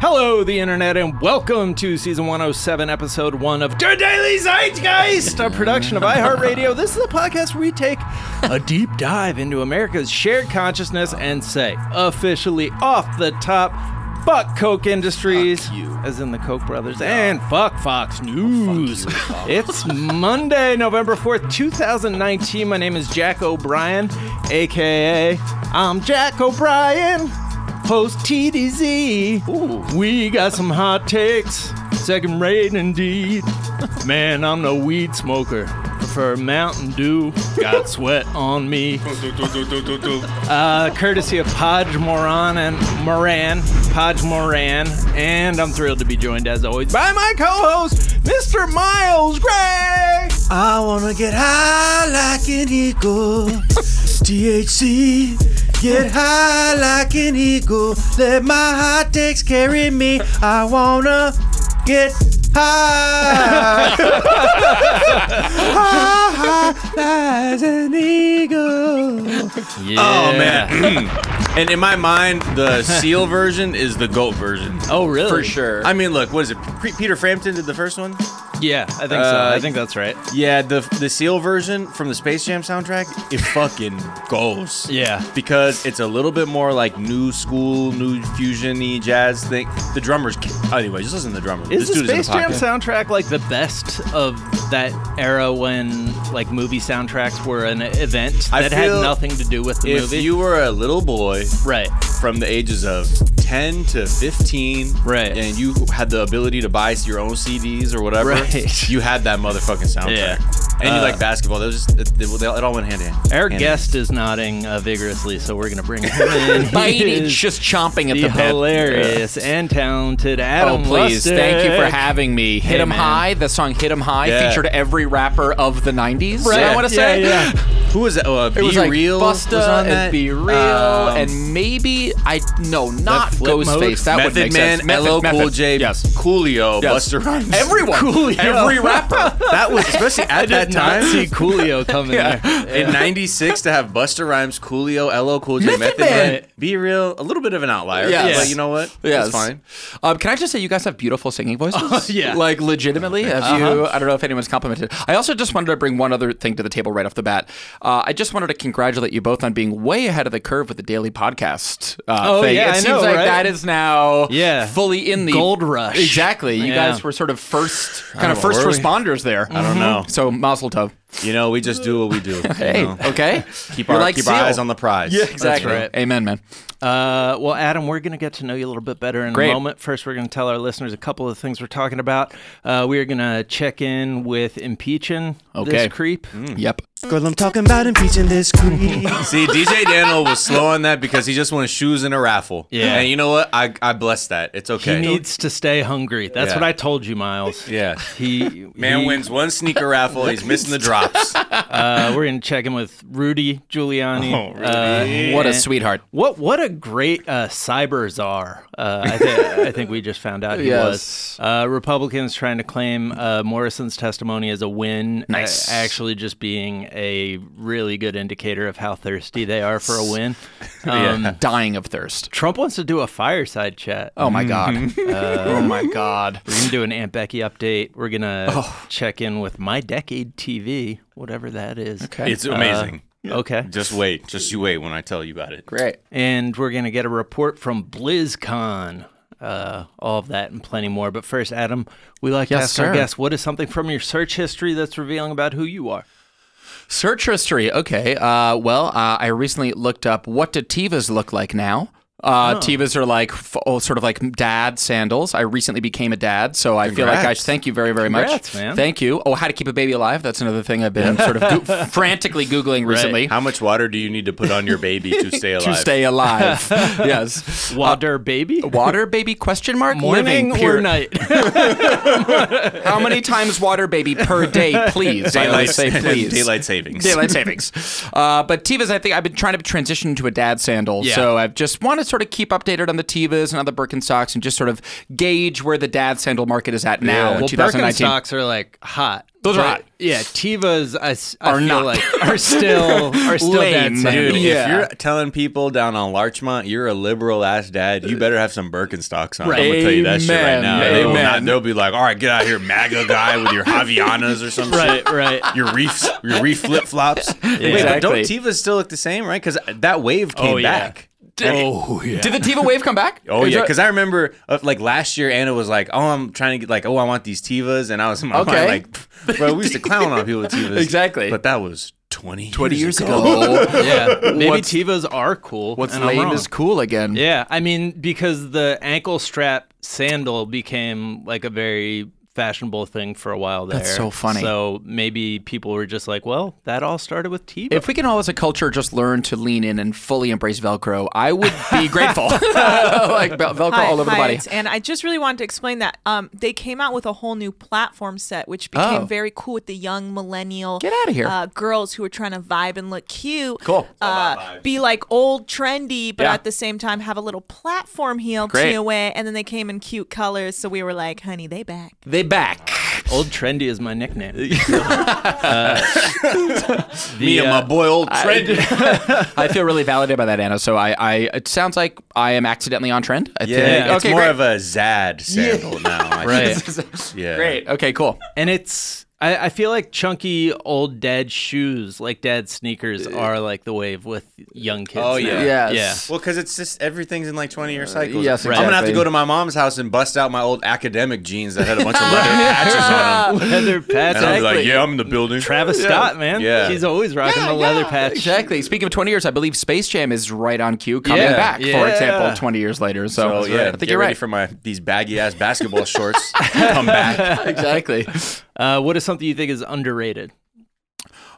Hello, the internet, and welcome to season 107, episode 1 of Der Daily Zeitgeist, a production of iHeartRadio. This is a podcast where we take a deep dive into America's shared consciousness and say, officially off the top, fuck Coke Industries, as in the Koch brothers, and fuck Fox News. it's Monday, November 4th, 2019. My name is Jack O'Brien, aka I'm Jack O'Brien post TDZ. We got some hot takes, second rate indeed. Man, I'm no weed smoker. Prefer Mountain Dew. Got sweat on me. Uh, courtesy of Podge Moran and Moran, Podge Moran, and I'm thrilled to be joined as always by my co-host, Mr. Miles Gray. I wanna get high like an eagle. THC, get high like an eagle. Let my hot takes carry me. I wanna get high. high as an eagle. Yeah. Oh man. and in my mind, the seal version is the goat version. Oh really? For sure. I mean, look, what is it? Pre- Peter Frampton did the first one. Yeah, I think so. Uh, I think that's right. Yeah, the the seal version from the Space Jam soundtrack, it fucking goes. Yeah. Because it's a little bit more like new school, new fusion-y jazz thing. The drummers, ca- anyway, just listen to the drummer. Is this the dude Space is in a Jam pocket. soundtrack like the best of that era when like movie soundtracks were an event I that had feel nothing to do with the If movie? you were a little boy right. from the ages of 10 to 15 Right. and you had the ability to buy your own cds or whatever Right. you had that motherfucking soundtrack Yeah. and Uh, you like basketball that was just, it, it, it all went hand in hand Our hand in guest is nodding uh, vigorously, so we're gonna bring him in. He biting, is just chomping at the the, bit. hilarious and talented Oh Adam. please! Lustig. Thank you for having me. Hit Hey, 'em man. high. The song "Hit 'em High" Yeah. featured every rapper of the '90s. Right. I want to Yeah, say. yeah. hand. who was that uh, It be was like real was Busta on that and Be Real, Um, and maybe I no, not flip Ghostface. mode? That would Method make Man, sense. LL Cool Method. J, Yes. Coolio, Yes. Buster Rhymes. Everyone, Coolio. every rapper. That was especially at Did that not time. see Coolio coming there. In '96 to have Buster Rhymes, Coolio, LL Cool J, Method Method, Man. Man, Be Real, a little bit of an outlier, Yes. but you know what? Yes. It's fine. Um, can I just say you guys have beautiful singing voices? yeah. Like legitimately, have you? I don't know if anyone's complimented. I also just wanted to bring one other thing to the table right off the bat. Uh, I just wanted to congratulate you both on being way ahead of the curve with the daily podcast. Uh, Oh, thing. yeah, it I seems know, like right? that is now Yeah. fully in the Gold rush. Exactly. You Yeah. guys were sort of first, kind of know, first were we? responders there. Mm-hmm. I don't know. So Mazel Tov. You know, we just do what we do. Hey, you know? okay. keep You're our like keep our Seal. eyes on the prize. Yeah, Exactly. right. Amen, man. Uh, well, Adam, we're going to get to know you a little bit better in a Great. moment. First, we're going to tell our listeners a couple of things we're talking about. Uh, we are going to check in with impeaching Okay. this creep. Mm. Yep. Girl, I'm talking about impeaching this creep. See, DJ Daniel was slow on that because he just won shoes in a raffle. Yeah. and you know what? I I bless that. It's He okay. needs to stay hungry. That's Yeah. what I told you, Miles. yeah. He Man he- wins one sneaker raffle. He's missing the drops. Uh, we're going to check in with Rudy Giuliani. Oh, Rudy. Uh, What a and- sweetheart. What what a great uh, cyber czar! Uh, I, th- I think we just found out he Yes. was. Uh, Republicans trying to claim uh, Morrison's testimony as a win, uh, Nice. actually just being a really good indicator of how thirsty they are for a win. Um, Dying of thirst. Trump wants to do a fireside chat. Uh, Oh my god. Mm-hmm. oh my Oh. god. We're gonna do an Aunt Becky update. We're gonna check in with My Decade TV, whatever that is. Okay. It's amazing. Okay. just wait. Just you wait when I tell you about it. Great. And we're going to get a report from BlizzCon. Uh, all of that and plenty more. But first, Adam, we like to Yes, ask our sir. guests what is something from your search history that's revealing about who you are? Search history. Okay. Uh, well, uh, I recently looked up what do Tivas look like now. Uh, Tivas are like f- oh, sort of like dad sandals. I recently became a dad, so I feel like I Congrats. thank you very very Congrats, much. man. Thank you. Oh, how to keep a baby alive? That's another thing I've been sort of go- frantically googling recently How much water do you need to put on your baby to stay alive? to stay alive. yes. Water baby? Water baby question mark Morning Living, Uh, pure- or night? How many times water baby per day, please? I Daylight, always say please. daylight savings. Daylight savings. Uh, but Tivas, I think I've been trying to transition to a dad sandal, Yeah. so I've just wanted to sort of keep updated on the Tevas and other Birkenstocks and just sort of gauge where the dad sandal market is at now in Well, 2019. Birkenstocks are like hot. Those are But, hot. Yeah, Tivas I s- I Are feel not. like are still are still Lame, dead sandals. dude. Dude, Yeah. if you're telling people down on Larchmont you're a liberal ass dad, you better have some Birkenstocks on. I'm gonna tell you that shit right Amen. now. They will Amen. not, they'll be like, "All right, get out of here, MAGA guy, with your Javianas or some shit, Right, right. your reef, your reef flip flops." Wait, but don't Exactly. Tevas still look the same, right? Because that wave came Oh, yeah. back. Oh yeah. Did the Tiva wave come back? Oh Is yeah, that- because I remember uh, like last year Anna was like, "Oh, I'm trying to get like, oh, I want these Tivas," and I was in my Okay. mind like, "Pff, "Bro, we used to clown on people with Tivas." Exactly. but that was 20, 20 years, years ago. ago. yeah. Maybe What's- Tivas are cool. What's and I'm lame wrong. is cool again. Yeah, I mean because the ankle strap sandal became like a very fashionable thing for a while there. That's so funny. So maybe people were just like, well, that all started with Tiva. If we can all as a culture just learn to lean in and fully embrace Velcro, I would be grateful. like Vel- Velcro all over the body. And I just really wanted to explain that um, they came out with a whole new platform set, which became Oh. very cool with the young millennial Get outta here. uh, girls who are trying to vibe and look cute. Cool. Uh, be like old, trendy, but Yeah. at the same time have a little platform heel Great. to it. And then they came in cute colors, so we were like, "Honey, they back." They back. Old trendy is my nickname. Uh, Me and my boy old Trent. I feel really validated by that, Anna. So I, I it sounds like I am accidentally on trend. I Yeah, think. it's okay, more great. of a Zad sandal now. I Right. think. Yeah. great. Okay, cool. and it's I, I feel like chunky old dad shoes, like dad sneakers, are like the wave with young kids. Uh, Oh, now. yeah. Yes. Yeah. Well, because it's just everything's in like 20 year cycles. Uh, yes, I'm gonna have to exactly. go to my mom's house and bust out my old academic jeans that had a bunch of leather patches on them, leather patch. and I'll be like, "Yeah, I'm in the building." Travis Scott, man. Yeah. she's always rocking the leather patch. Exactly. Speaking of 20 years, I believe Space Jam is right on cue coming Yeah, back, for yeah. example, 20 years later. So, Oh yeah, I get think you're ready right. for my these baggy ass basketball shorts. Come back. exactly. Uh, what is something you think is underrated?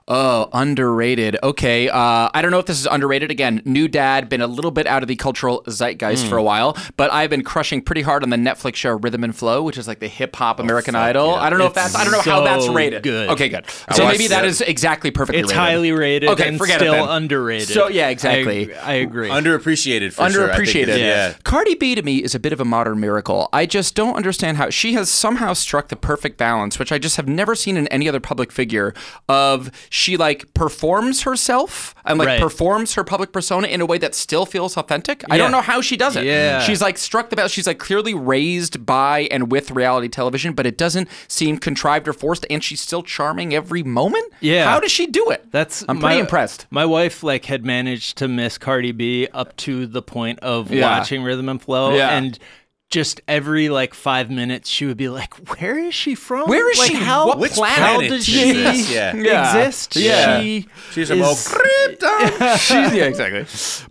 Oh, underrated. Okay. Uh, I don't know if this is underrated. Again, new dad, been a little bit out of the cultural zeitgeist Hmm. for a while, but I've been crushing pretty hard on the Netflix show Rhythm and Flow, which is like the hip hop Oh, American Idol. I don't know if that's, I don't know how that's so rated. good. Okay, good. So watched maybe that it. is exactly perfectly It's rated. highly rated. Okay, and forget it still then. underrated. So, yeah, exactly. I, I agree. Underappreciated. For sure, I think underappreciated. is- yeah. Cardi B to me is a bit of a modern miracle. I just don't understand how she has somehow struck the perfect balance, which I just have never seen in any other public figure. Of she like performs herself and like Right. performs her public persona in a way that still feels authentic. I don't Yeah. know how she does it. Yeah. she's like struck the balance. She's like clearly raised by and with reality television, but it doesn't seem contrived or forced. And she's still charming every moment. Yeah. how does she do it? That's I'm my- pretty impressed. My wife like had managed to miss Cardi B up to the point of Yeah. watching Rhythm and Flow Yeah. and just every like five minutes she would be like, Where is she from? Where is Like, she? How, What which planet how is does she? she Yeah. Yeah. exist? Yeah. She She's a is- Krypton. She's yeah, exactly.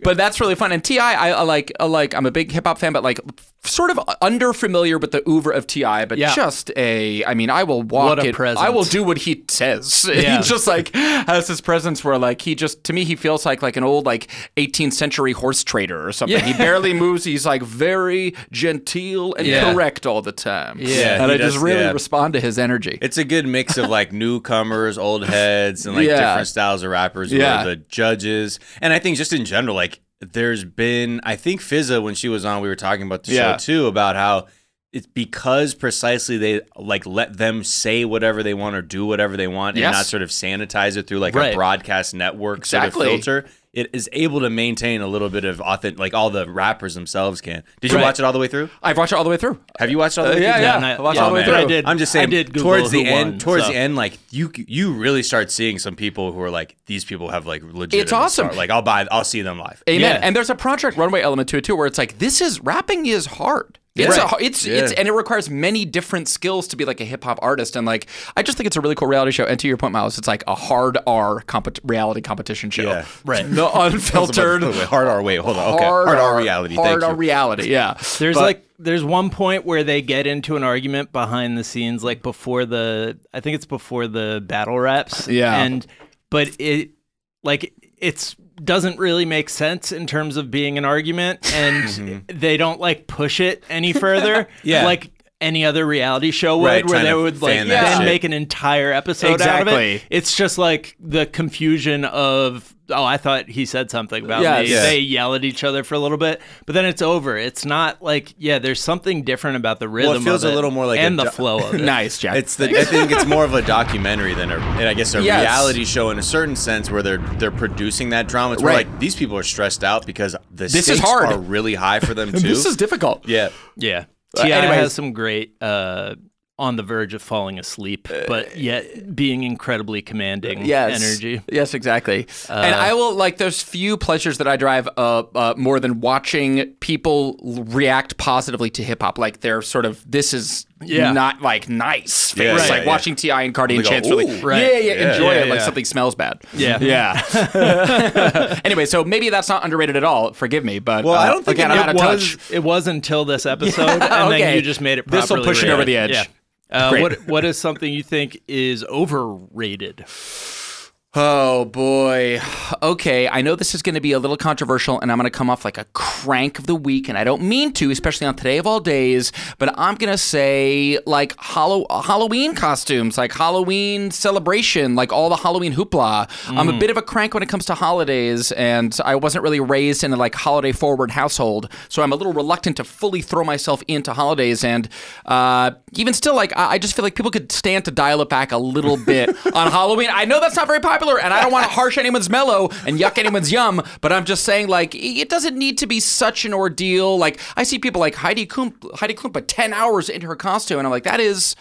But that's really fun. And Ti, I, I like, I like. I'm a big hip hop fan, but like, sort of under familiar with the oeuvre of Ti, but Yeah. just a. I mean, I will walk. What a it, presence. I will do what he says. Yeah. he just like has this presence where like he just to me he feels like like an old like 18th century horse trader or something. He barely moves. He's like very genteel and Yeah. correct all the time. Yeah, and he I just does- really yeah. respond to his energy. It's a good mix of like newcomers, old heads, and like Yeah. different styles of rappers who Yeah. are the judges. And I think just in general, like there's been, I think Fizza when she was on, we were talking about the show Yeah. too about how it's because precisely they like let them say whatever they want or do whatever they want Yes. and not sort of sanitize it through like Right. a broadcast network Exactly. sort of filter. It is able to maintain a little bit of authentic, like all the rappers themselves can. Did you Right. watch it all the way through? I've watched it all the way through. Have you watched it all the way Uh, yeah, through? yeah. and I- I watched yeah, all the way man. through. I did. I'm just saying. I did Google towards the who end, won, towards so. the end, like you, you really start seeing some people who are like these people have like legit. It's awesome. Like I'll buy, I'll see them live. Amen. Yeah. And there's a project runway element to it too, where it's like this is rapping is hard. It's Right. a, it's it's Yeah. and it requires many different skills to be like a hip hop artist. And like I just think it's a really cool reality show. And to your point, Miles, it's like a hard R compet- reality competition show. Yeah. Right. The unfiltered. Wait, wait, hard R. Wait, hold on. Okay, Hard, hard R reality. Hard Thank R you. reality. Yeah. There's But- like there's one point where they get into an argument behind the scenes, like before the I think it's before the battle raps. Yeah. And but it like it's doesn't really make sense in terms of being an argument and they don't like push it any further. Mm-hmm. Yeah. Like any other reality show would, Right, where trying they to would like fan that then shit. make an entire episode out of Exactly. it. It's just like the confusion of oh, I thought he said something about Yeah, me. yeah. They yell at each other for a little bit, but then it's over. It's not like yeah. There's something different about the rhythm. feels of a little more like and a the do- flow of it. Nice, Jack. It's the I think it's more of a documentary than a and I guess a Yes. reality show in a certain sense where they're they're producing that drama. It's where Right. like these people are stressed out because the is stakes hard. are really high for them too. this is difficult. yeah. Yeah. Uh, Ti anyways. has some great uh, on the verge of falling asleep, but yet being incredibly commanding Uh, yes. energy. Uh, Yes, exactly. and I will like. There's few pleasures that I drive uh, uh, more than watching people l- react positively to hip hop. Like they're sort of this is Yeah. not like nice face. Yeah, like yeah, yeah. watching Ti and Cardi and They go, Chance really. "Ooh." Right. Yeah, yeah, Yeah, Enjoy yeah, it like yeah. something smells bad. Yeah. Yeah. anyway, so maybe that's not underrated at all. Forgive me, but Well, I uh, don't think again, I'm it out of was, touch. It was until this episode, and okay. then you just made it. This'll properly push it rated. over the edge. Yeah. Uh, Great. what What is something you think is overrated? Oh boy. Okay, I know this is going to be a little controversial and I'm going to come off like a crank of the week and I don't mean to, especially on today of all days, but I'm going to say like Hallow- Halloween costumes, like Halloween celebration, like all the Halloween hoopla. I'm a bit of a crank when it comes to holidays and I wasn't really raised in a like holiday forward household, so I'm a little reluctant to fully throw myself into holidays and uh, even still like I, I just feel like people could stand to dial it back a little bit on Halloween. I know that's not very popular, and I don't want to harsh anyone's mellow and yuck anyone's yum, but I'm just saying like i- it doesn't need to be such an ordeal. Like I see people like Heidi Klum, Heidi Klum, but ten hours into her costume, and I'm like that is.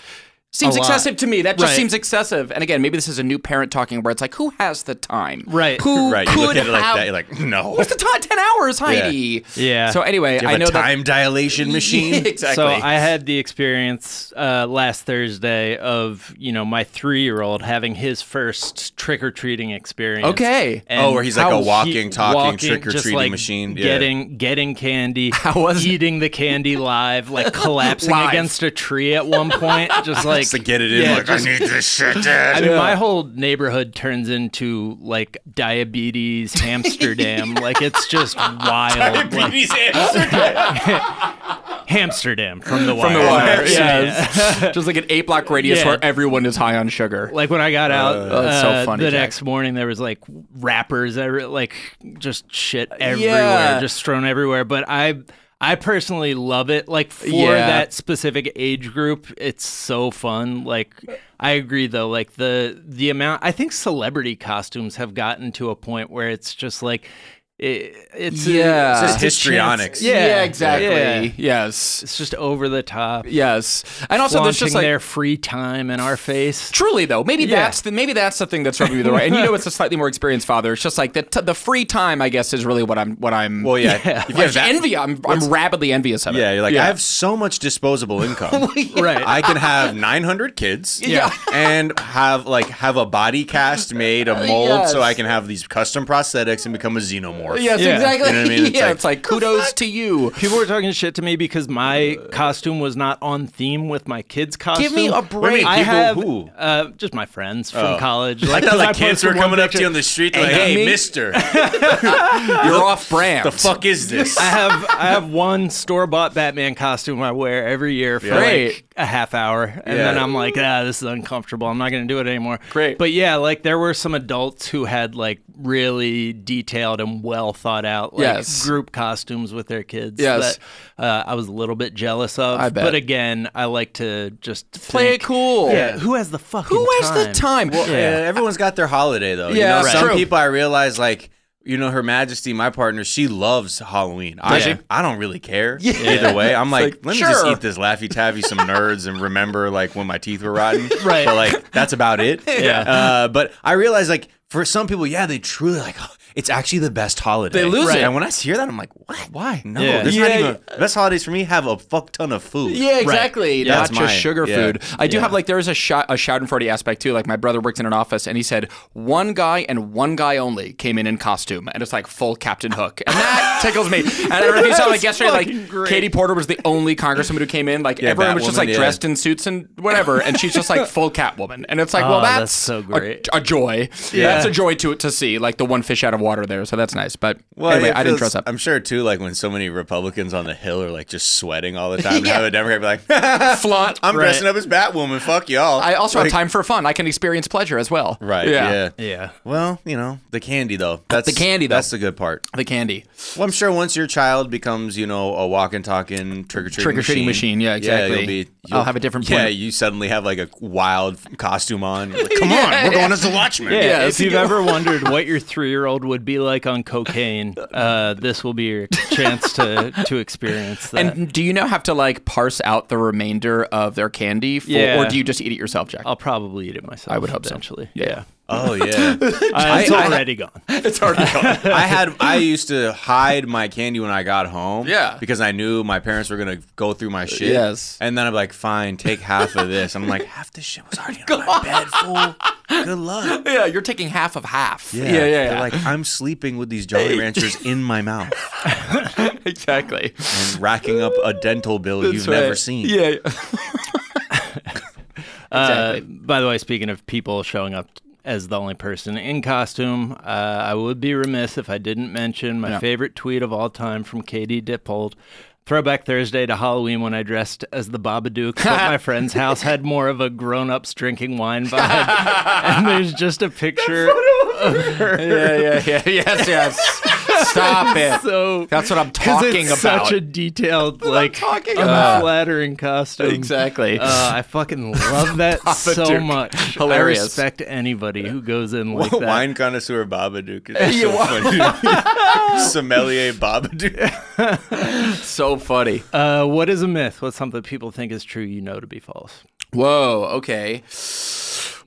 Seems excessive to me. That just Right. seems excessive. And again, maybe this is a new parent talking where it's like, who has the time? Right. Who Right. could You look at it like have? that, you're like, no. What's the time? Ten hours, Heidi. Yeah. So anyway, You have I know a that time dilation machine. exactly. So I had the experience uh, last Thursday of you know my three year old having his first trick or treating experience. Okay. And Oh, where he's like how a walking, he- talking walking, trick-or-treating just, like, machine. Yeah. Getting getting candy. How was it? eating the candy live, like collapsing Live. against a tree at one point, just like to get it in. Yeah, like, I need this shit. I Dad. mean, my whole neighborhood turns into like diabetes Hamsterdam. like it's just wild. Like, He's answered. Hamsterdam from the wire. from the wire. Yeah. Yes. Just like an eight block radius Yeah. where everyone is high on sugar. Like when I got out Oh, that's so uh, funny, the Jack. next morning, there was like wrappers, every, like just shit everywhere, Yeah. just thrown everywhere. But I, I personally love it. Like for Yeah. that specific age group, it's so fun. Like I agree though. Like the the amount, I think celebrity costumes have gotten to a point where it's just like, it, it's a- it's Yeah. It's a just histrionics. chance- Yeah, exactly. Yeah. Yes. It's just over the top. Yes. And also there's Flaunting just like their free time in our face. Truly though, maybe Yeah. that's the maybe that's the thing that's rubbing me the right. And you know, it's a slightly more experienced father. It's just like the t- the free time, I guess, is really what I'm what I'm. Well, yeah. If you Like, have that- envy. I'm I'm rabidly envious of it. Yeah, you're like, yeah. Oh I have so much disposable income. Right. I can have 900 kids. Yeah. And have like have a body cast made, a mold, Yes. so I can have these custom prosthetics and become a xenomorph. Yes, Yeah. exactly. You know what I mean? It's yeah, like, it's like kudos to you. People were talking shit to me because my costume was not on theme with my kids' costume. me a break. What do you mean, I people have who? uh, just my friends from college. I thought 'cause like kids posted were one coming up to picture- you on the street, like, Hey, hey, me- mister, You're off brand. the fuck is this? I have I have one store bought Batman costume I wear every year for Great. like a half hour, and Yeah. then I'm like, ah, this is uncomfortable. I'm not gonna do it anymore. Great. but yeah, like there were some adults who had like really detailed and well thought out like Yes. group costumes with their kids. Yes. that, uh, I was a little bit jealous of. I bet. But again, I like to just Play think, it cool. Yeah, who has the fucking Who has the time? Well, Yeah. uh, everyone's got their holiday though. Yeah, you know, that's some true. people I realize like. You know, Her Majesty, my partner, she loves Halloween. I, Yeah. I don't really care either way. I'm like, like, let me just sure. eat this Laffy Taffy, some nerds, and remember like when my teeth were rotten. Right. But like, that's about it. Yeah. Uh, but I realize like for some people, yeah, they truly like it's actually the best holiday. They lose Right. it. And when I hear that, I'm like, what? Why? No, Yeah. there's Yeah, not even best holidays for me have a fuck ton of food. Yeah, exactly. Yeah, Not that's just mine. sugar Yeah. food. I do have like there is a shot a Schadenfreude aspect too. Like my brother works in an office and he said one guy and one guy only came in in costume and it's like full Captain Hook and that tickles me. And I don't know if you saw like yesterday like Katie Porter was the only congresswoman who came in. Like everyone was just Batwoman, like yeah. dressed in suits and whatever, and she's just like full Catwoman. And it's like, well, Oh, that's that's, so a- great. A, joy. Yeah. That's a joy to to see like the one fish out of water there, so that's nice. But Well, anyway, it I didn't feels- dress up. I'm sure too, like when so many Republicans on the Hill are like just sweating all the time. yeah. How a Democrat be like, Flaunt. I'm Right. dressing up as Batwoman. Fuck y'all. I also Like- have time for fun. I can experience pleasure as well. Right. Yeah. Yeah. Well, you know the candy though. That's The candy, though. That's the good part. The candy. Well, I'm sure once your child becomes, you know, a walking, talking trick or treating Trick-or-treating machine, yeah, exactly. you'll be, I'll you'll, have a different Yeah, point. you suddenly have like a cool costume on. You're like, Come on, Yeah, we're yeah. going as the Watchman. Yeah, Yeah, if it's a you've good ever wondered what your three-year-old would be like on cocaine, uh, this will be your chance to to experience that. And do you now have to like parse out the remainder of their candy, for, Yeah. or do you just eat it yourself, Jack? I'll probably eat it myself. I would hope so. eventually. Yeah. Oh yeah, Uh, it's already gone. It's already gone. I had I used to hide my candy when I got home. Yeah. because I knew my parents were gonna go through my shit. Yes. and then I'm like, fine, take half of this. I'm like, half this shit was already on my bed, fool. Good luck. yeah, you're taking half of half. Yeah, yeah, They're yeah. Like I'm sleeping with these Jolly Ranchers in my mouth. exactly. and racking up a dental bill you've never seen. Yeah. Uh, exactly. by the way, speaking of people showing up as the only person in costume, uh, I would be remiss if I didn't mention my favorite tweet of all time from Katie Dippold. Throwback Thursday to Halloween when I dressed as the Babadook, but my friend's house had more of a grown-ups drinking wine vibe, and there's just a picture of her. yeah, yeah, yeah. Yes, yes. Stop it. So That's what I'm 'cause talking it's about. such a detailed, like, talking about. unflattering costume. exactly. Uh, I fucking love that so Duke. much. Hilarious. I respect anybody who goes in like What that. wine connoisseur Babadook is just so funny. Sommelier Babadook. so funny. Uh, what is a myth? What's something people think is true you know to be false? Whoa. Okay.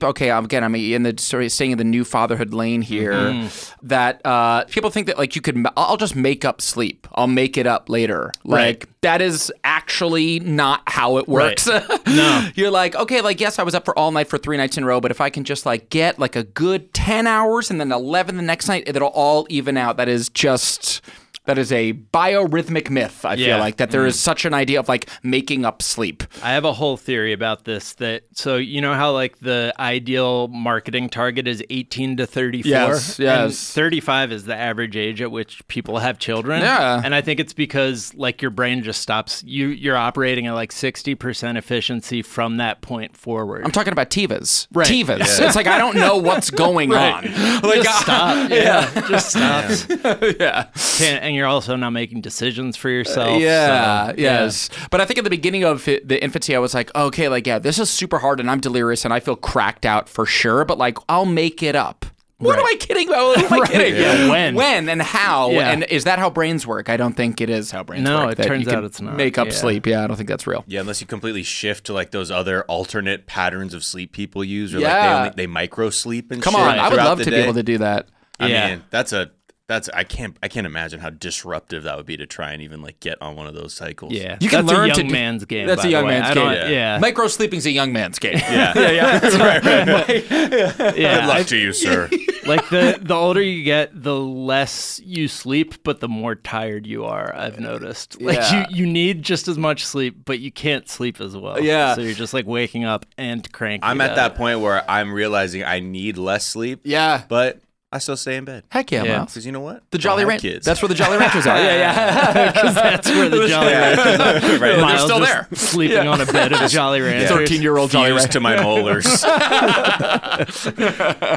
Okay. um, Again, I'm in the sort of staying in the new fatherhood lane here. That uh, people think that like you could. I'll just make up sleep. I'll make it up later. Like that is actually not how it works. no. You're like okay, like yes, I was up for all night for three nights in a row, but if I can just like get like a good ten hours and then eleven the next night, it'll all even out. That is just. That is a biorhythmic myth. I feel Yeah. like that there is such an idea of like making up sleep. I have a whole theory about this that so you know how like the ideal marketing target is 18 to 34 Yes, And yes. 35 is the average age at which people have children. Yeah. And I think it's because like your brain just stops you you're operating at like 60% efficiency from that point forward. I'm talking about Tivas. Right. Tivas. It's like I don't know what's going on. Like just I- stop. Yeah, just stop. yeah. Can't, and you're also not making decisions for yourself. Uh, yeah, so, yes. But I think at the beginning of it, the infancy, I was like, okay, like, yeah, this is super hard and I'm delirious and I feel cracked out for sure, but like, I'll make it up. What am I kidding about? What am I kidding? Yeah, when? When and how? Yeah. And is that how brains work? I don't think it is how brains No, work. it that you turns can out it's not. Make up Yeah. sleep. Yeah, I don't think that's real. Yeah, unless you completely shift to like those other alternate patterns of sleep people use, or Yeah. like they, only, they micro sleep and Come shit on. I would throughout love the to be day. able to do that. I Yeah. mean, that's a that's I can't I can't imagine how disruptive that would be to try and even like get on one of those cycles. Yeah. You can That's learn a young to do- man's game. That's by a the young way. man's I game. don't- Yeah. Micro sleeping's a young man's game. yeah, yeah. yeah. Good luck to you, sir. like the the older you get, the less you sleep, but the more tired you are. I've noticed. Like Yeah. you, you need just as much sleep, but you can't sleep as well. Yeah. So you're just like waking up and cranky. I'm at up. that point where I'm realizing I need less sleep. Yeah. but I still stay in bed Heck yeah, Yeah. Miles. because you know what? The Jolly Ranch Ranchers. kids. That's where the Jolly Ranchers are. yeah, yeah. That's where the Jolly Ranchers are. right. Miles still just there. sleeping on a bed of Jolly Ranchers. year old Fused to my molars.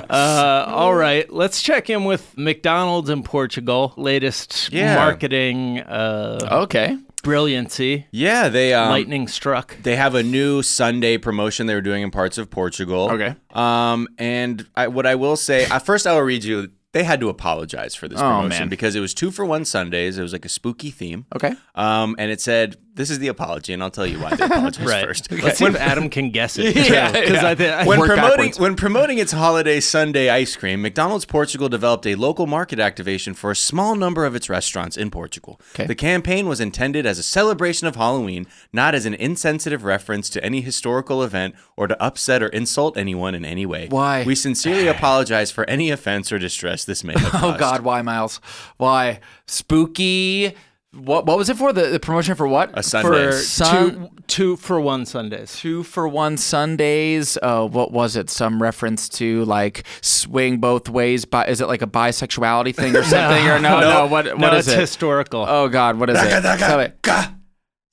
Uh, all right, let's check in with McDonald's in Portugal. Latest Yeah. marketing uh, Okay. brilliancy. yeah, they um, Lightning struck. They have a new Sunday promotion they were doing in parts of Portugal. Okay. Um, and I, what I will say, I, first I will read you. They had to apologize for this Oh, promotion man. because it was two for one Sundays. It was like a spooky theme. Okay. Um, and it said, "This is the apology," and I'll tell you why they apologized Right. first. Let's see if Adam can guess it. Yeah, too, 'cause yeah. I think I- When Work promoting backwards. when promoting its holiday Sunday ice cream, McDonald's Portugal developed a local market activation for a small number of its restaurants in Portugal. Okay. The campaign was intended as a celebration of Halloween, not as an insensitive reference to any historical event or to upset or insult anyone in any way. Why? We sincerely apologize for any offense or distress this may have Oh caused. God, why Miles? Why spooky? What what was it for? The, the promotion for what? Sunday. For sun- two, Two for one Sundays. two for one Sundays. Uh, what was it? Some reference to like swing both ways. Bi- is it like a bisexuality thing or something? Or no, no, what what is no, it's it? historical. oh God, what is it? Tell me.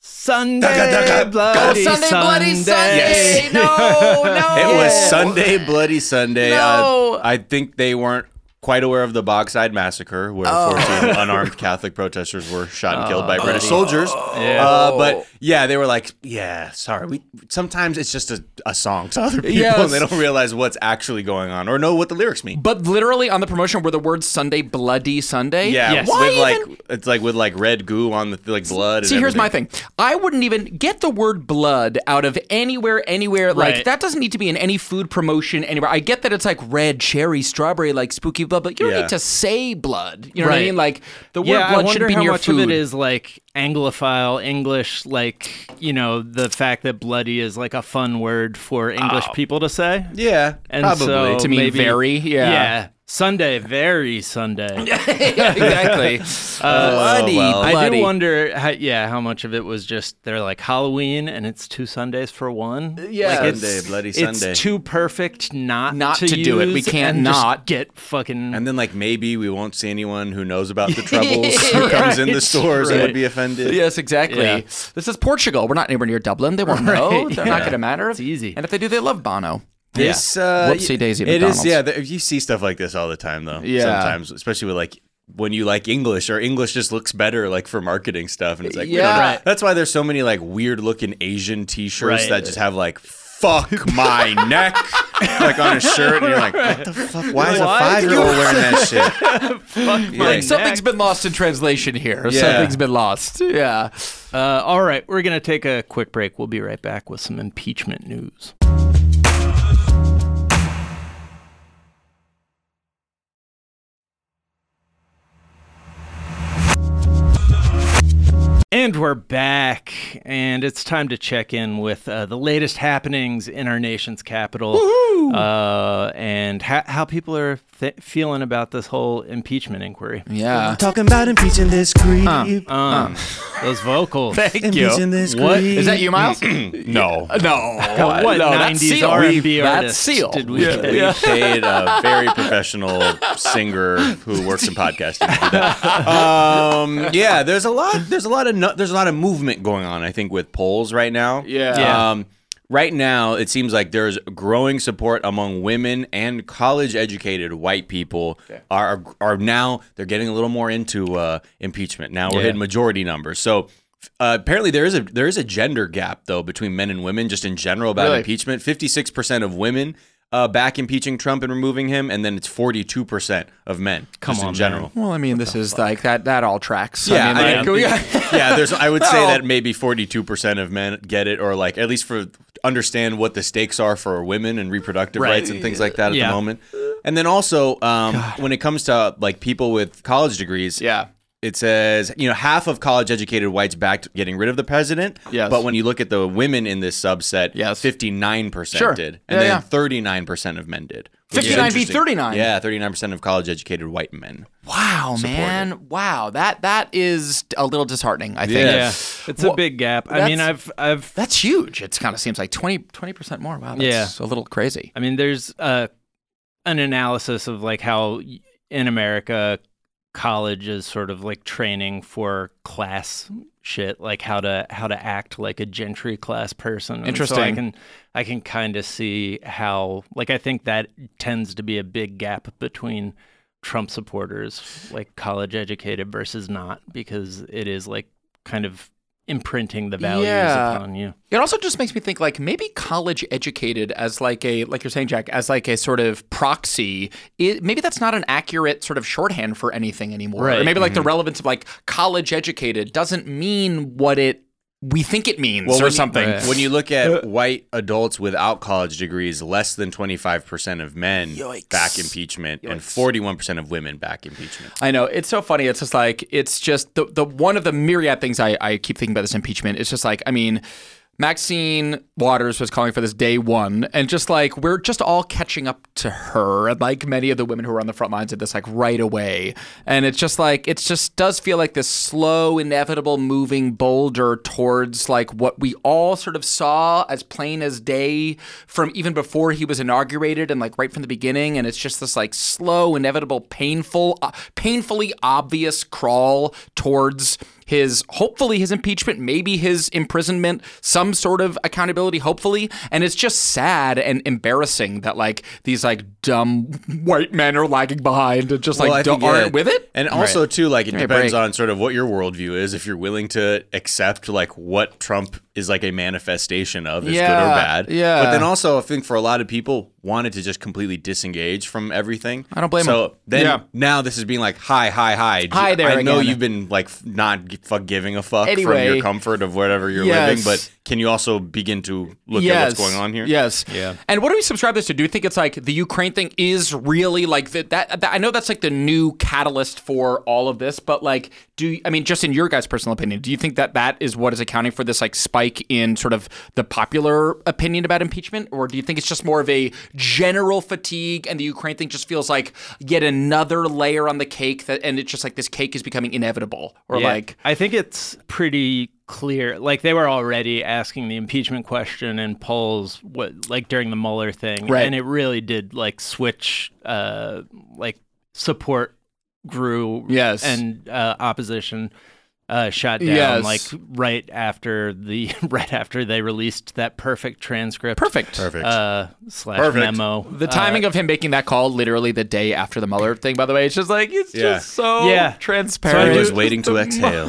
Sunday, Oh, bloody Sunday, bloody Sunday. Yes. No, no. It was Sunday, Bloody Sunday. Oh, No. Uh, I think they weren't quite aware of the Bogside Massacre, where Oh. 14 unarmed Catholic protesters were shot and killed by British soldiers. Oh. Uh, but yeah, they were like, yeah, sorry. We sometimes it's just a, a song to other people, Yes. and they don't realize what's actually going on or know what the lyrics mean. But literally on the promotion were the words Sunday, bloody Sunday. Yeah, Yes. with Why like it's like with like red goo on the like blood. and See, here's my everything. thing. I wouldn't even get the word blood out of anywhere, anywhere. Right. Like, that doesn't need to be in any food promotion anywhere. I get that it's like red, cherry, strawberry, like spooky blood, but you don't Yeah. need to say blood. You know what I Right. mean? Like, the word Yeah, I blood should wonder be how in your much food. of it is like Anglophile English, like you know the fact that "bloody" is like a fun word for English Oh. people to say. Yeah, and probably. so To mean maybe- very, yeah. yeah. Sunday, very Sunday. Yeah, exactly. Oh, bloody, well. bloody. Uh, I do wonder, how, yeah, how much of it was just they're like Halloween and it's two Sundays for one. Uh, yeah. like it's, Sunday, bloody it's Sunday. too perfect not Not to do it. We use can't and just not. get fucking. And then like maybe we won't see anyone who knows about the troubles who comes in the Right. stores and Right. would be offended. Yes, exactly. Yeah. This is Portugal. We're not anywhere near Dublin. They won't know. Right, They're not going to matter. It's easy. And if they do, they love Bono. This uh, Whoopsie daisy at It is. McDonald's. Yeah, th- you see stuff like this all the time though. Yeah. sometimes, especially with like when you like English or English just looks better like for marketing stuff, and it's like we don't Yeah. know. Right. That's why there's so many like weird looking Asian T-shirts Right. that just have like "fuck my neck" like on a shirt, and you're like, what the fuck? Why is a Why? five year old wearing that shit? Fuck my Like, Like, something's neck. been lost in translation here. Yeah. Something's been lost. Yeah. Uh, all right, we're gonna take a quick break. We'll be right back with some impeachment news. And we're back, and it's time to check in with uh, the latest happenings in our nation's capital, uh, and ha- how people are th- feeling about this whole impeachment inquiry. Yeah. Talking about impeaching this creep. Um, those vocals. Thank impeaching this What? creep. Is that you, Miles? Hmm, No. No. what no, 90s R&B artist That's Seal. did we get? We paid a very professional singer who works in podcasting. to do that. Um, yeah, there's a lot. There's a lot of no, there's a lot of movement going on. I think with polls right now. Yeah. Yeah. Um, right now, it seems like there's growing support among women and college-educated white people are are now they're getting a little more into uh, impeachment. Now we're Yeah. hitting majority numbers. So. Uh, apparently there is a there is a gender gap though between men and women just in general about Really? impeachment impeachment. Fifty-six percent of women uh, back impeaching Trump and removing him, and then it's forty-two percent of men. Come just on, in general. Well, I mean, this is like that. That all tracks. Yeah, I mean, like, we- yeah. There's, I would say Well- that maybe forty-two percent of men get it, or like at least for understand what the stakes are for women and reproductive Right. rights and things like that at Yeah. the moment. And then also, um, when it comes to like people with college degrees, yeah. it says you know half of college educated whites backed getting rid of the president Yes. but when you look at the women in this subset Yes. 59% Sure. did Yeah, and yeah. then 39% of men did which is 59 v. interesting. 39. yeah 39% of college educated white men Wow, man. Wow. That that is a little disheartening. I think. Yeah. Yeah, it's a big gap. I mean, that's- I've, I've, That's huge. It's kind of seems like 20 percent more. Wow. That's a little crazy. I mean, there's uh, an analysis of like how y- in America college is sort of like training for class shit, like how to how to act like a gentry class person. And So I Interesting. can I can kind of see how like I think that tends to be a big gap between. Trump supporters, like college educated versus not, because it is like kind of imprinting the values Yeah. upon you. It also just makes me think like maybe college educated as like a like you're saying Jack as like a sort of proxy it, maybe that's not an accurate sort of shorthand for anything anymore Right. or maybe like the Mm-hmm. relevance of like college educated doesn't mean what it we think it means or when you- something when you look at white adults without college degrees less than 25% of men back impeachment and 41% of women back impeachment I know it's so funny. It's just like it's just the the one of the myriad things I I keep thinking about this impeachment. It's just like I mean. Maxine Waters was calling for this day one, and just like we're just all catching up to her, and like many of the women who were on the front lines did this like right away, and it's just like it just does feel like this slow, inevitable moving boulder towards like what we all sort of saw as plain as day from even before he was inaugurated and like right from the beginning, and it's just this like slow, inevitable, painful, uh, painfully obvious crawl towards his hopefully his impeachment, maybe his imprisonment, some sort of accountability, hopefully. And it's just sad and embarrassing that like these like dumb white men are lagging behind and just like Well, I don't, think, yeah. aren't with it. And also, too, like it me a depends break. on sort of what your worldview is. If you're willing to accept like what Trump is like a manifestation of, is good Yeah, or bad. yeah. But then also, I think for a lot of people, wanted to just completely disengage from everything. I don't blame So 'em. then Yeah. now this is being like, hi, hi, hi, Hi there I know again. you've been like f- not gi- fuck giving a fuck from your Anyway. comfort of whatever you're living, Yes. but can you also begin to look at what's going on here? Yes. Yeah. And what do we subscribe this to? Do you think it's like the Ukraine thing is really like the, that, that? I know that's like the new catalyst for all of this, but like, do you- I mean, just in your guys' personal opinion, do you think that that is what is accounting for this like spike in sort of the popular opinion about impeachment, or do you think it's just more of a general fatigue and the Ukraine thing just feels like yet another layer on the cake that, and it's just like this cake is becoming inevitable, or Yeah. like I think it's pretty clear. Like they were already asking the impeachment question in polls, what like during the Mueller thing, Right. and it really did like switch, uh, like support grew, Yes. and uh, opposition. Uh, shot down Yes. like right after the right after they released that perfect transcript perfect. Perfect. uh slash Perfect. memo Uh, The timing of him making that call literally the day after the Mueller thing, by the way, it's just like it's Yeah. just so Yeah. transparent. So I He do- was waiting to exhale.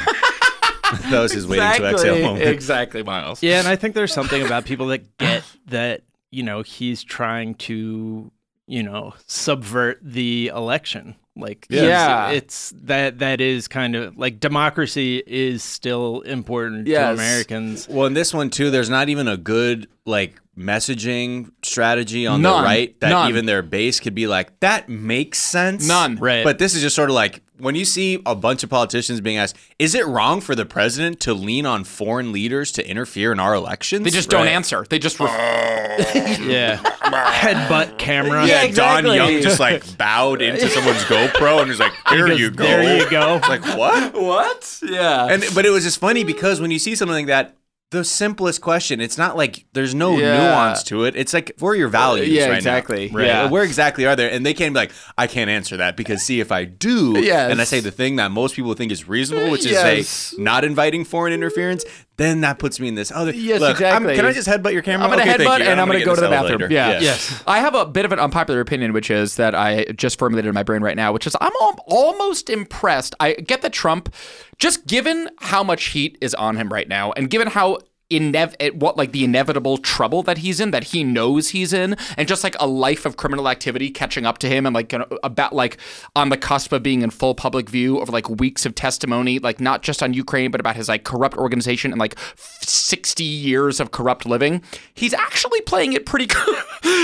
that was his waiting to exhale moment. exactly, Miles. Yeah, and I think there's something about people that get that, you know, he's trying to, you know, subvert the election. Like Yeah. Yeah. it's that that is kind of like democracy is still important to Yes. Americans. Well, in this one too, there's not even a good like messaging strategy on the None. right that None. even their base could be like that makes sense. None. Right. But this is just sort of like when you see a bunch of politicians being asked, "Is it wrong for the president to lean on foreign leaders to interfere in our elections?" They just don't answer. They just ref- Yeah. Headbutt camera. Yeah, exactly. Don Young just like bowed into someone's GoPro and was like, "There you go." There you go. Like what? what? Yeah. And but it was just funny because when you see something like that, the simplest question, it's not like there's no Yeah. nuance to it. It's like where are your values Yeah, right now? exactly. Right. Yeah. Where exactly are they? And they can't be like, I can't answer that because see if I do Yes. and I say the thing that most people think is reasonable, which is Yes. say not inviting foreign interference, then that puts me in this other Yes, Look, I'm- exactly. can I just headbutt your camera? I'm gonna Okay, thank headbutt you. and I'm gonna, get go to the this settled bathroom. later. Yeah. Yes. I have a bit of an unpopular opinion, which is that I just formulated in my brain right now, which is I'm al- almost impressed. I get that Trump, just given how much heat is on him right now, and given how. Inev- eh, what like the inevitable trouble that he's in that he knows he's in and just like a life of criminal activity catching up to him and like gonna, about like on the cusp of being in full public view over like weeks of testimony like not just on Ukraine but about his like corrupt organization and like f- 60 years of corrupt living he's actually playing it pretty cool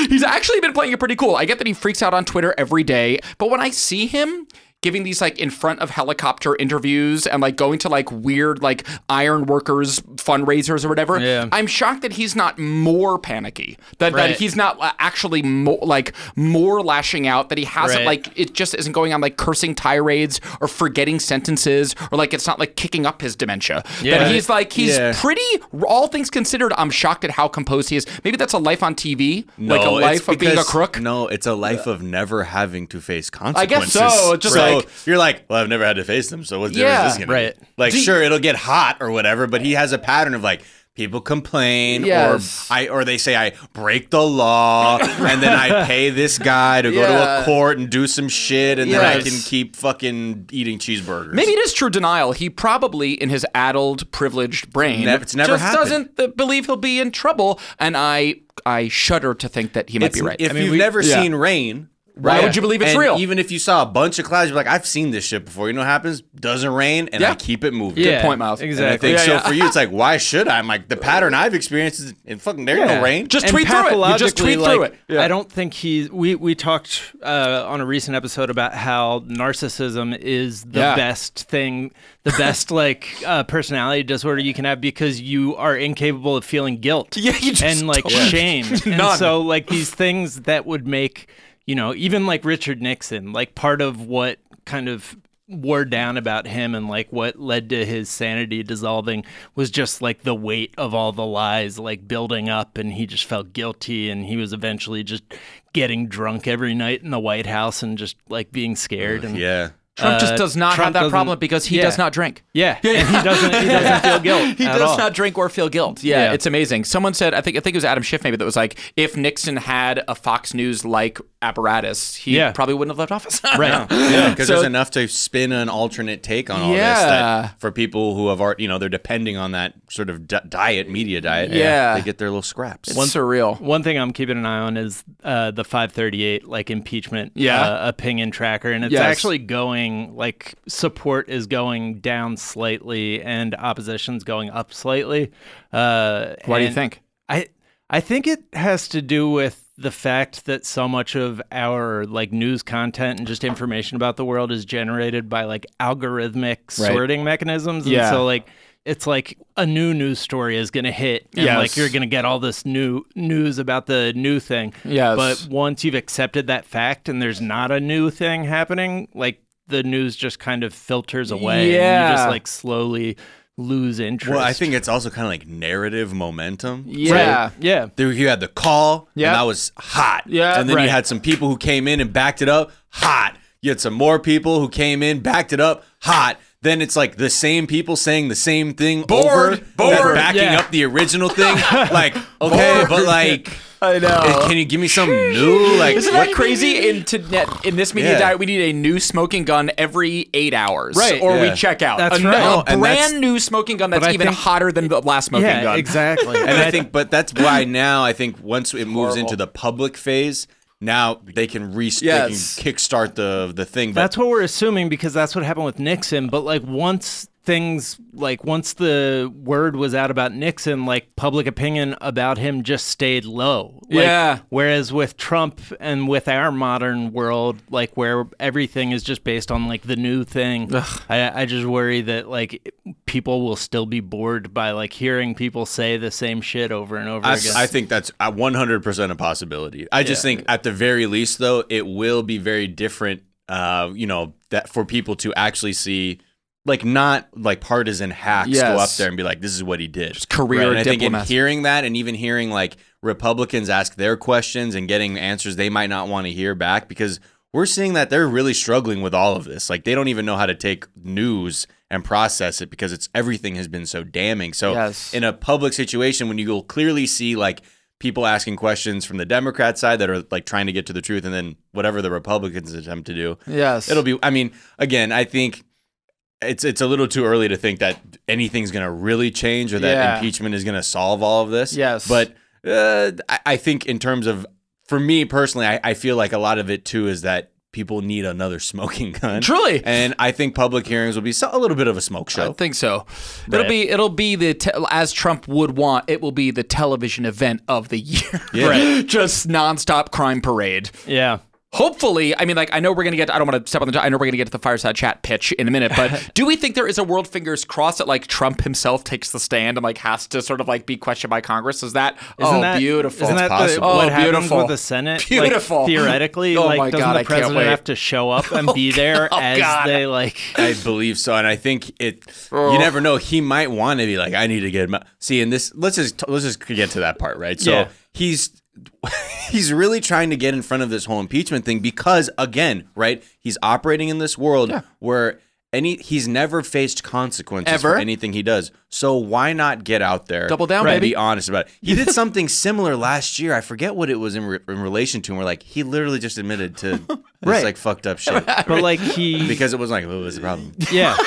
he's actually been playing it pretty cool i get that he freaks out on twitter every day but when i see him giving these like in front of helicopter interviews and like going to like weird like iron workers fundraisers or whatever Yeah. i'm shocked that he's not more panicky that, Right. that he's not uh, actually mo- like more lashing out that he hasn't Right. like it just isn't going on like cursing tirades or forgetting sentences or like it's not like kicking up his dementia Yeah. that he's like he's Yeah. pretty all things considered i'm shocked at how composed he is maybe that's a life on tv like a No, it's life of being a because- crook No, it's a life of never having to face I guess consequences. so, just like- you're like, well, I've never had to face them, so what's the Yeah. difference is gonna Right. be? Like, Do you- sure, it'll get hot or whatever, but he has a pattern of like. People complain, Yes. or I, or they say I break the law, and then I pay this guy to go to a Yeah. court and do some shit, and then I Yes. can keep fucking eating cheeseburgers. Maybe it is true denial. He probably, in his addled, privileged brain, Nev- it's never just happened. doesn't uh, believe he'll be in trouble. And I, I shudder to think that he might It's- be right. If I mean, you've we- never yeah. seen rain, Why would you believe it's And real? Even if you saw a bunch of clouds, you're like, I've seen this shit before. You know what happens? Doesn't rain, and I Yeah. keep it moving. Yeah, point, Miles. And I Exactly. think Yeah, so yeah. for you, it's like, why should I? I'm like, the pattern I've experienced is, and fucking, there ain't no rain. Just And tweet through it. You just pathologically, tweet through like, it. I don't think he's. We we talked uh, on a recent episode about how narcissism is the Yeah. best thing, the best like uh, personality disorder you can have because you are incapable of feeling guilt. Yeah, you just and like don't. shame. and None. so Oh, like these things that would make you know even like Richard Nixon like part of what kind of wore down about him and like what led to his sanity dissolving was just like the weight of all the lies like building up and he just felt guilty and he was eventually just getting drunk every night in the White House and just like being scared and yeah. Trump just does not Trump have that doesn't- problem because he yeah. does not drink. yeah, and he doesn't he doesn't feel guilt He at does all. not drink or feel guilt. Yeah, Yeah. it's amazing. Someone said, I think I think it was Adam Schiff maybe that was like, if Nixon had a Fox News like apparatus, he Yeah. probably wouldn't have left office. right Yeah, because So- there's enough to spin an alternate take on all this Yeah. that for people who have art, you know, they're depending on that sort of di- diet, media diet. Yeah. They get their little scraps. It's surreal. One thing I'm keeping an eye on is uh, the 538 like impeachment Yeah. uh, opinion tracker, and it's Yes. actually going like support is going down slightly and opposition's going up slightly. Uh, Why do you and think? I I think it has to do with the fact that so much of our like news content and just information about the world is generated by like algorithmic sorting mechanisms, and Yeah. so like. It's like a new news story is going to hit, and Yes. like you're going to get all this new news about the new thing. Yes. But once you've accepted that fact, and there's not a new thing happening, like the news just kind of filters away. And you Yeah. just like slowly lose interest. Well, I think it's also kind of like narrative momentum. Yeah. Yeah. There you had the call, Yeah. and that was hot. Yeah. and then Right. you had some people who came in and backed it up, hot. You had some more people who came in, backed it up, hot. Then it's like the same people saying the same thing over, Bored. that Bored. backing Yeah. up the original thing. like, okay, but like, I eh, can you give me something new? Like, Uh, Isn't that crazy? In to net, in this media Yeah. diet, we need a new smoking gun every eight hours, Right, Or we yeah. check out. That's a, right. a No, and that's- brand new smoking gun that's I even think- hotter than the last smoking yeah, gun. exactly. and I think, but that's why now I think once it moves into the public phase, now they can re Yes. they can kickstart the the thing. But That's what we're assuming because that's what happened with Nixon. But like once things like once the word was out about Nixon, like public opinion about him just stayed low. Like, Yeah. Whereas with Trump and with our modern world, like where everything is just based on like the new thing, I, I just worry that like people will still be bored by like hearing people say the same shit over and over I, again. I think that's uh, 100% a possibility. I just think at the very least though, it will be very different uh, you know, that for people to actually see like not like partisan hacks go up Yes. there and be like this is what he did. Just career and I think in diplomats. hearing that and even hearing like Republicans ask their questions and getting answers they might not want to hear back because we're seeing that they're really struggling with all of this. Like they don't even know how to take news and process it because it's everything has been so damning. So Yes. in a public situation when you will clearly see like people asking questions from the Democrat side that are like trying to get to the truth and then whatever the Republicans attempt to do. Yes. It'll be I mean, again, I think it's it's a little too early to think that anything's going to really change or that Yeah. impeachment is going to solve all of this. Yes. But uh, I, I think in terms of for me personally, I, I feel like a lot of it too is that people need another smoking gun. Truly. And I think public hearings will be so, a little bit of a smoke I show. don't think so. It'll be it'll be the te- as Trump would want. It will be the television event of the year. Yeah. Right. Just nonstop crime parade. yeah. Hopefully, I mean, like I know we're gonna get. I don't want to step on the. I know we're gonna get to the fireside chat pitch in a minute, but do we think there is a world fingers crossed that like Trump himself takes the stand and like has to sort of like be questioned by Congress? Is that Isn't oh that, beautiful? Isn't that the- possible. Oh, what happens beautiful. with the Senate? Like, Beautiful. theoretically, Oh like my doesn't God, I the can't president wait. have to show up and be there Oh as God. they like? I believe so, and I think it. Oh. You never know. He might want to be like, I need to get him. Out. See, and this. Let's just let's just get to that part, right? So Yeah. he's he's really trying to get in front of this whole impeachment thing because, again, right? He's operating in this world where any he's never faced consequences Ever. for anything he does. So why not get out there, Double down, and baby. be honest about it? He did something similar last year. I forget what it was in, re- in relation to. And we're like, he literally just admitted to this like fucked up shit But like he, because it was like, what was the problem? yeah,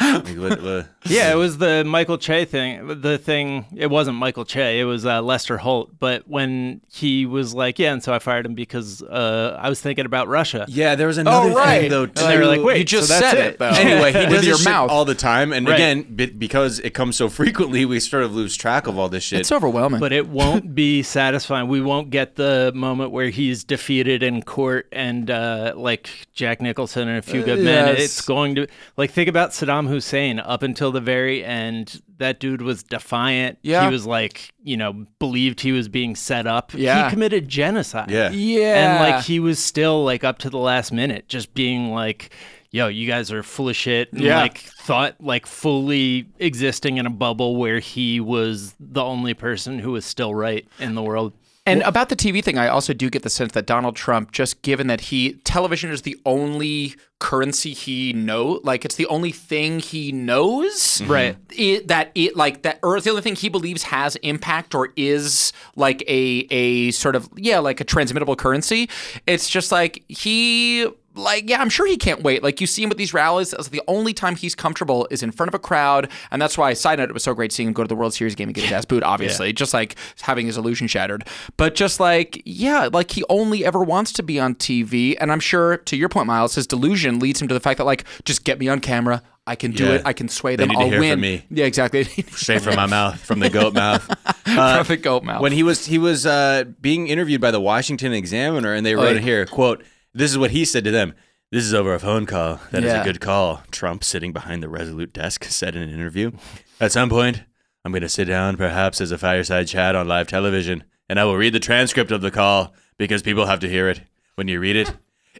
Like, what- what- Yeah, it was the Michael Che thing. The thing, it wasn't Michael Che, it was uh, Lester Holt. But when he was like, yeah, and so I fired him because uh, I was thinking about Russia. Yeah, there was another thing right. though. And they were too. like, wait, you just so that's said it, it. though. anyway, he With does your your mouth. all the time, and Right. again, be- because it comes so frequently, we sort of lose track of all this shit. it's overwhelming. But it won't be satisfying. We won't get the moment where he's defeated in court and uh, like Jack Nicholson and a few good men. Uh, yes. It's going to like think about Saddam Hussein up until the very end. That dude was defiant. Yeah. He was like, you know, believed he was being set up. Yeah. He committed genocide. yeah, yeah, And like he was still like up to the last minute, just being like, yo, you guys are full of shit. And Yeah. like thought like fully existing in a bubble where he was the only person who was still right in the world. And about the TV thing, I also do get the sense that Donald Trump, just given that he television is the only currency he know, like it's the only thing he knows, right? It, that it like that, or it's the only thing he believes has impact or is like a a sort of yeah, like a transmittable currency. It's just like he. Like yeah, I'm sure he can't wait. Like you see him at these rallies. That's the only time he's comfortable is in front of a crowd, and that's why. Side note: It was so great seeing him go to the World Series game and get his ass booed. Obviously, just like having his illusion shattered. But just like, yeah, like he only ever wants to be on TV. And I'm sure, to your point, Miles, his delusion leads him to the fact that, like, just get me on camera. I can do Yeah. it. I can sway They them. need to I'll hear win. from me. Yeah, exactly. straight from my mouth, from the goat mouth. Uh, Perfect goat mouth. When he was he was uh, being interviewed by the Washington Examiner, and they wrote yeah. it here. Quote: This is what he said to them. This is over a phone call. That is Yeah. a good call. Trump, sitting behind the Resolute desk, said in an interview. At some point, I'm going to sit down, perhaps as a fireside chat on live television, and I will read the transcript of the call because people have to hear it. When you read it,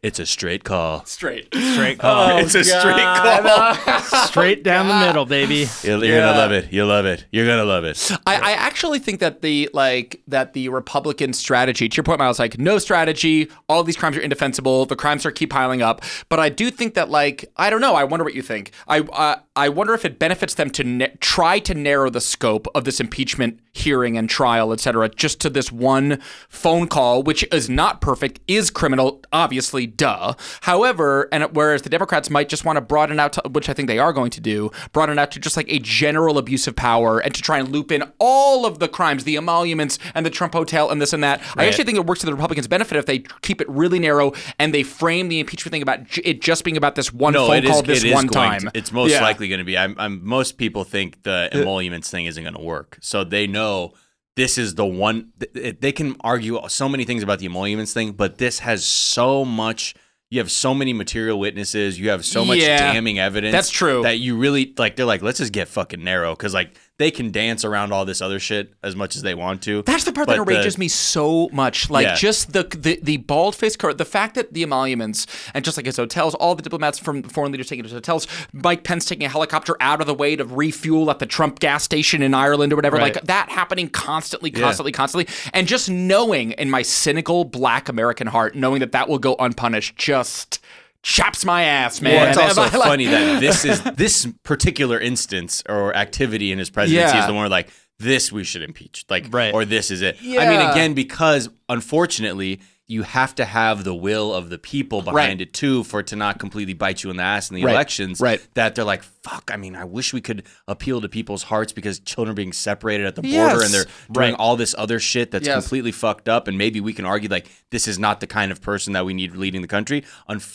it's a straight call. straight. Straight call. it's a straight call. Straight down the middle, baby. You're, you're gonna love it. You'll love it. You're gonna love it. I, I actually think that the like that the Republican strategy, to your point, Miles, like no strategy, all these crimes are indefensible, the crimes are keep piling up. But I do think that like I don't know. I wonder what you think. I uh, I wonder if it benefits them to na- try to narrow the scope of this impeachment hearing and trial, et cetera, just to this one phone call, which is not perfect, is criminal, obviously, duh. However, and whereas the Democrats might just want to broaden out, to, which I think they are going to do, broaden out to just like a general abuse of power and to try and loop in all of the crimes, the emoluments and the Trump hotel and this and that. I actually think it works to the Republicans' benefit if they keep it really narrow and they frame the impeachment thing about j- it just being about this one phone is- call this it is one going time. to- it's most Yeah. likely going to be. I'm, I'm. Most people think the emoluments thing isn't going to work, so they know this is the one. th- th- They can argue so many things about the emoluments thing, but this has so much. You have so many material witnesses. You have so much Yeah. damning evidence. That's true. That you really like. They're like, let's just get fucking narrow because like they can dance around all this other shit as much as they want to. That's the part that but the- enrages me so much. Like Yeah. just the the, the bald faced card, the fact that the emoluments and just like his hotels, all the diplomats from foreign leaders taking to hotels, Mike Pence taking a helicopter out of the way to refuel at the Trump gas station in Ireland or whatever, like that happening constantly, constantly, constantly, and just knowing in my cynical Black American heart, knowing that that will go unpunished, just chaps my ass, man. Well, it's also Am I like- funny that this is this particular instance or activity in his presidency Yeah. is the one where, like this we should impeach, like Right. or this is it. I mean, Yeah. again, because unfortunately, you have to have the will of the people behind it too for it to not completely bite you in the ass in the Right. elections. Right. That they're like, fuck. I mean, I wish we could appeal to people's hearts because children are being separated at the border Yes. and they're doing all this other shit that's Yes. completely fucked up. And maybe we can argue like this is not the kind of person that we need leading the country.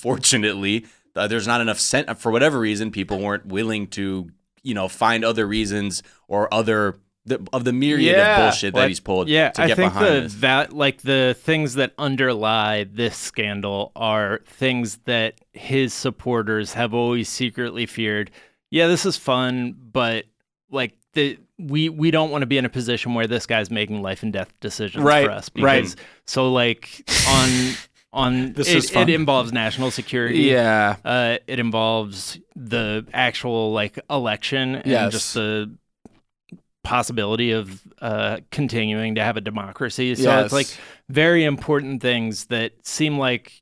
Unfortunately, uh, there's not enough sent for whatever reason. People weren't willing to, you know, find other reasons or other the, of the myriad of bullshit that he's pulled. Yeah, to I get think behind the this. that like the things that underlie this scandal are things that his supporters have always secretly feared. Yeah, this is fun, but like the we we don't want to be in a position where this guy's making life and death decisions Right, for us. right. Because, So like on on This it, is fun. it involves national security. yeah. Uh, it involves the actual like election and Yes. just the possibility of uh, continuing to have a democracy. So Yes. it's like very important things that seem like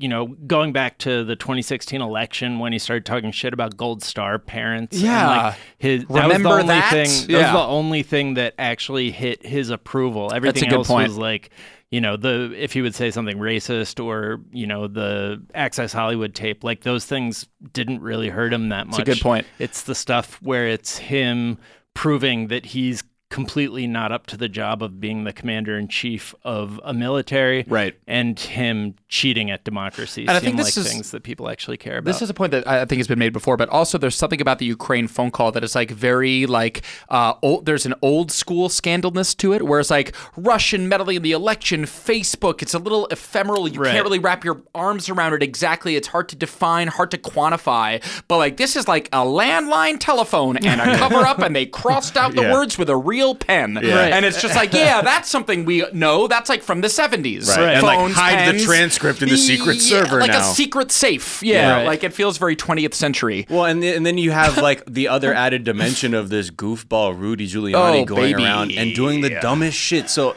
you know, going back to the 2016 election when he started talking shit about Gold Star parents. and, Yeah. like, his, that Remember was the only that? thing. That Yeah. was the only thing that actually hit his approval. Everything good else point. was like, you know, the if he would say something racist or you know the Access Hollywood tape, like those things didn't really hurt him that much. a good point. It's the stuff where it's him proving that he's completely not up to the job of being the commander in chief of a military Right. and him cheating at democracy And I seem think this like is- things that people actually care about. This is a point that I I think has been made before, but also there's something about the Ukraine phone call that is like very like uh, old, there's an old school scandalness to it, where it's like Russian meddling in the election, Facebook. It's a little ephemeral. You Right. can't really wrap your arms around it exactly. It's hard to define, hard to quantify. But like this is like a landline telephone and a cover up, and they crossed out the Yeah. words with a real pen, Right. and it's just like yeah, that's something we know. That's like from the 70s. Right. And, like, Phones, hide the pens. transcript in the secret server like now. a secret safe. Yeah, Right. like it feels very 20th century. Well, and then, and then you have like the other added dimension of this goofball Rudy Giuliani Oh, going baby. around and doing the dumbest shit. So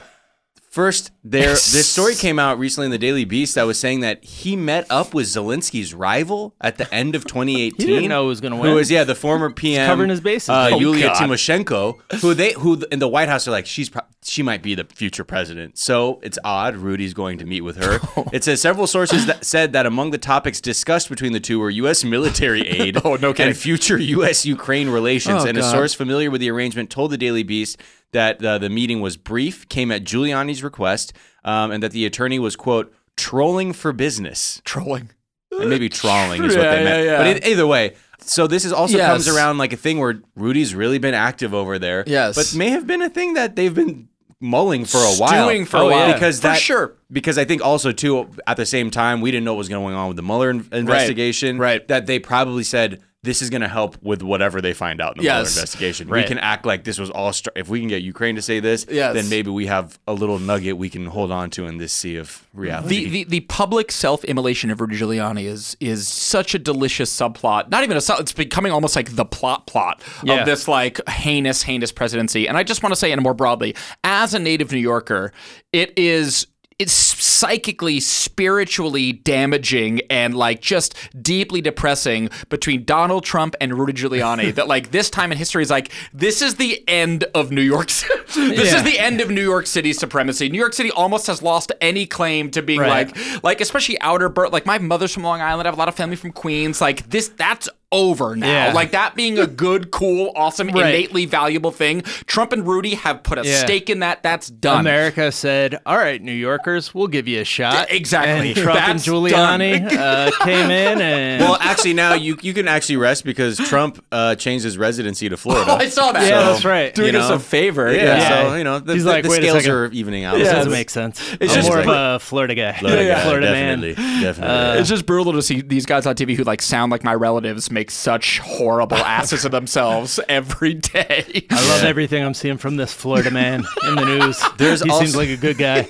first, there this story came out recently in the Daily Beast that was saying that he met up with Zelensky's rival at the end of 2018. He didn't know who was gonna win. Who was yeah the former PM covering his bases. uh, Oh, Yulia God. Tymoshenko, who they who th- in the White House are like she's pro- she might be the future president. So it's odd Rudy's going to meet with her. it says several sources that said that among the topics discussed between the two were U.S. military aid and future U.S. Ukraine relations. and a source familiar with the arrangement told the Daily Beast that uh, the meeting was brief, came at Giuliani's request, um, and that the attorney was quote trolling for business. Trolling. And maybe trawling is what Yeah, they meant. yeah, yeah. But it, either way, so this is also Yes. comes around like a thing where Rudy's really been active over there. Yes. but may have been a thing that they've been mulling for a while. Oh, Stewing for a while. because For that sure. Because I think also too at the same time we didn't know what was going on with the Mueller in- investigation. right. That they probably said. This is going to help with whatever they find out in the Mueller Yes. investigation. Right. We can act like this was all. Str- if we can get Ukraine to say this, Yes. then maybe we have a little nugget we can hold on to in this sea of reality. The, the the public self immolation of Rudy Giuliani is is such a delicious subplot. Not even a sub, it's becoming almost like the plot plot Yeah. of this like heinous heinous presidency. And I just want to say, and more broadly, as a native New Yorker, it is. It's psychically, spiritually damaging and like just deeply depressing between Donald Trump and Rudy Giuliani. that like this time in history is like this is the end of New York. this is the end of New York City's supremacy. New York City almost has lost any claim to being Right. like like especially outer bur- like my mother's from Long Island. I have a lot of family from Queens. Like this, that's over now. Yeah. Like that being a good, cool, awesome, Right. innately valuable thing. Trump and Rudy have put a Yeah. stake in that. That's done. America said, "All right, New Yorkers, we'll give you a shot." Yeah, exactly. And Trump That's and Giuliani uh, came in and Well, actually, now you you can actually rest because Trump uh, changed his residency to Florida. I saw that. Yeah, that's right. Doing You us know? a favor. Yeah, Yeah. so you know the, He's the, like, the "Wait a scales second." are evening out. It So doesn't it's- make sense. It's I'm just more like- of a Florida guy, Florida guy, Florida definitely, man. Uh, definitely. it's just brutal to see these guys on TV who like sound like my relatives make such horrible asses of themselves every day. I love everything I'm seeing from this Florida man in the news. There's he seems also- like a good guy.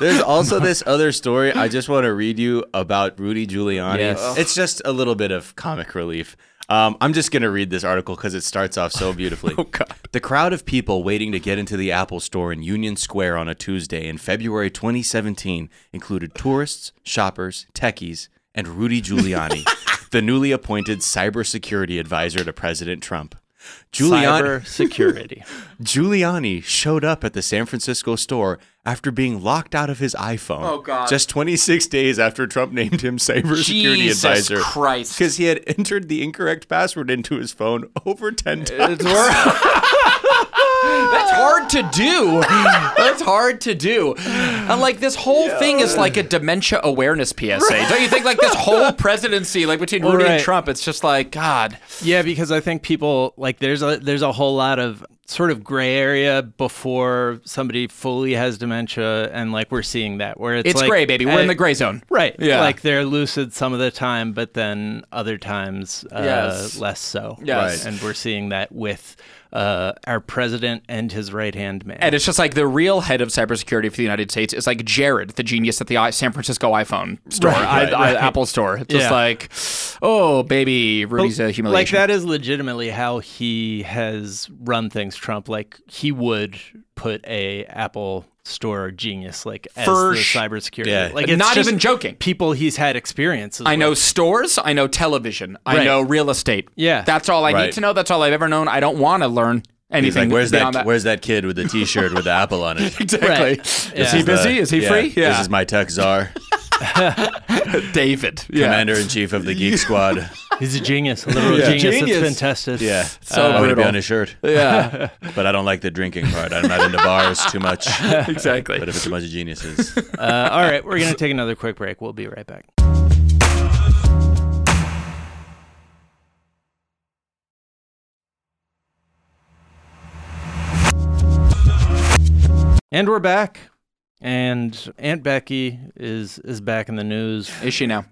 There's also this other story I just want to read you about Rudy Giuliani. Yes. It's just a little bit of comic relief. Um, I'm just going to read this article because it starts off so beautifully. oh, God. The crowd of people waiting to get into the Apple store in Union Square on a Tuesday in February 2017 included tourists, shoppers, techies, and Rudy Giuliani, the newly appointed cybersecurity advisor to President Trump. Giuliani, Cyber security. Giuliani showed up at the San Francisco store after being locked out of his iPhone. Oh God. Just 26 days after Trump named him cybersecurity Jesus advisor. Christ. Because he had entered the incorrect password into his phone over 10 times. That's hard to do. That's hard to do. And like this whole thing is like a dementia awareness PSA. Don't you think like this whole presidency, like between Rudy and Right. Trump, it's just like, God. Yeah, because I think people like there's a there's a whole lot of sort of gray area before somebody fully has dementia, and like we're seeing that where it's It's like, gray, baby. We're in uh, the gray zone. right? Yeah. like they're lucid some of the time, but then other times uh, Yes. less so. Yes. Right. and we're seeing that with uh, our president and his right hand man. And it's just like the real head of cybersecurity for the United States is like Jared, the genius at the I- San Francisco iPhone store, I, I- Apple store. It's just Yeah. like, oh, baby, Rudy's a humiliation. Like that is legitimately how he has run things, Trump. Like he would put a Apple store genius, like as For the sh- cybersecurity. Yeah. Like it's Not just even joking. People he's had experiences. I with. know stores. I know television. I Right. know real estate. Yeah. that's all I Right. need to know. That's all I've ever known. I don't want to learn He's anything. like, where's that, beyond that? Where's that kid with the T-shirt with the apple on it? exactly? Is he This the- busy? is he yeah, free? This is my tech czar, David. Yeah. commander in chief of the Geek Squad. He's a genius, a literal Yeah. genius, Genius. that's been tested. Yeah, So I would be brutal. on his shirt, Yeah, but I don't like the drinking part. I'm not into bars too much. But exactly. if it's a bunch of geniuses, Uh, all right, we're gonna take another quick break. We'll be right back. And we're back. And Aunt Becky is is back in the news. is she now?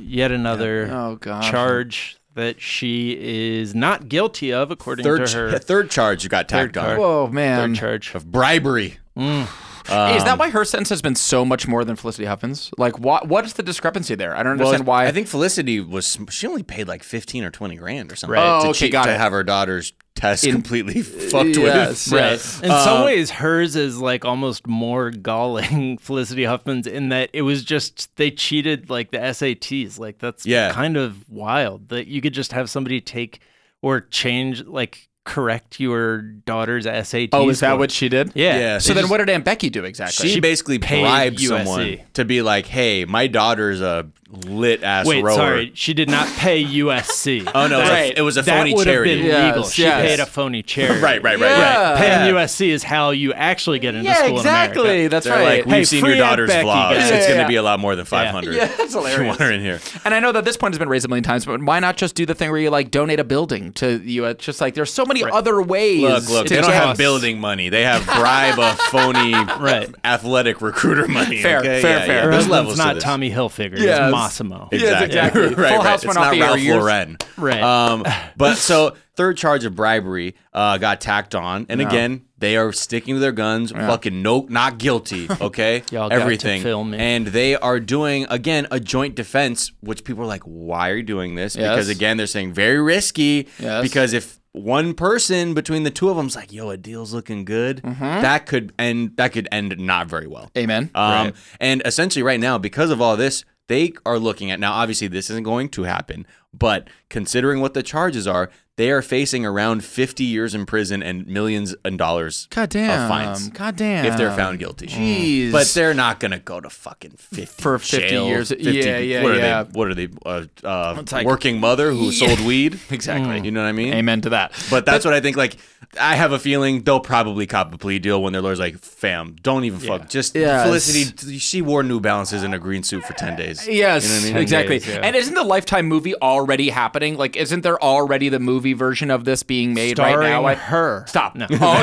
Yet another Oh god. charge that she is not guilty of, according to third, ch- her. yeah, third charge you got tacked charge. on Whoa, third man. charge. Mm. of bribery. Um, Hey, is that why her sentence has been so much more than Felicity Huffins? Like, what? What is the discrepancy there? I don't understand why. I think Felicity was she only paid like fifteen or twenty grand or something Right. to Oh, okay, cheat- got to it. have her daughter's test completely fucked Yes, with. yes. In Uh, some ways, hers is like almost more galling Felicity Huffman's in that it was just they cheated like the SATs. Like that's Yeah. kind of wild that you could just have somebody take or change like correct your daughter's SAT. Oh, is that score. what she did? Yeah. Yeah, So then, what did Aunt Becky do exactly? She, basically paid bribed USC. someone to be like, "Hey, my daughter's a lit ass Wait, rower." sorry, she did not pay USC. Oh no, That's- it, was a, it was a that phony would have charity. been Yes, legal. She yes. Uh, paid a phony charity. Right, right, right, Yeah. right. Paying USC is how you actually get into yeah, school in America. exactly. That's They're right. like, we've Hey, seen free your Aunt daughter's Becky, vlogs. guys. it's Yeah, going yeah. to be a lot more than 500. Yeah, that's You want her hilarious. in here. And I know that this point has been raised a million times, but why not just do the thing where you like donate a building to you? Uh, just like there's so many other ways. Look, look, to they don't get- have building money. They have bribe a phony Right. athletic recruiter money. Fair, okay? fair, yeah, fair. Yeah. Her There's husband's levels not to this. Tommy Hilfiger. Yes. It's Massimo. Exactly. exactly. right, Full right. House it's went off not the air Ralph years. Lauren. Right. Um, but so third charge of bribery uh, got tacked on, and again they are sticking to their guns. Fucking no, not guilty. Okay, Y'all got to everything. fill me. And they are doing again a joint defense, which people are like, why are you doing this? Yes. Because again, they're saying very risky. Yes. Because if one person between the two of them's like, yo, a deal's looking good, Mm-hmm. that could end. That could end not very well. Amen. Um, And essentially, right now, because of all this, they are looking at now. Obviously, this isn't going to happen, but considering what the charges are, they are facing around 50 years in prison and millions and dollars God damn. of fines God damn. Mm. if they're found guilty. Jeez. But they're not going to go to fucking 50 For 50 jail, years. 50 Yeah, yeah, what yeah. Are they, what are they? Uh, uh, like- working mother who sold weed? Exactly. You know what I mean? Amen to that. But that's what I think. Like, I have a feeling they'll probably cop a plea deal when their lawyer's like, "Fam, don't even fuck. Just Yes. Felicity. She wore New Balances in a green suit for ten days. Yes, exactly. days, yeah. And isn't the Lifetime movie already happening? Like, isn't there already the movie version of this being made right now? Starring I- her. Stop. No. Oh,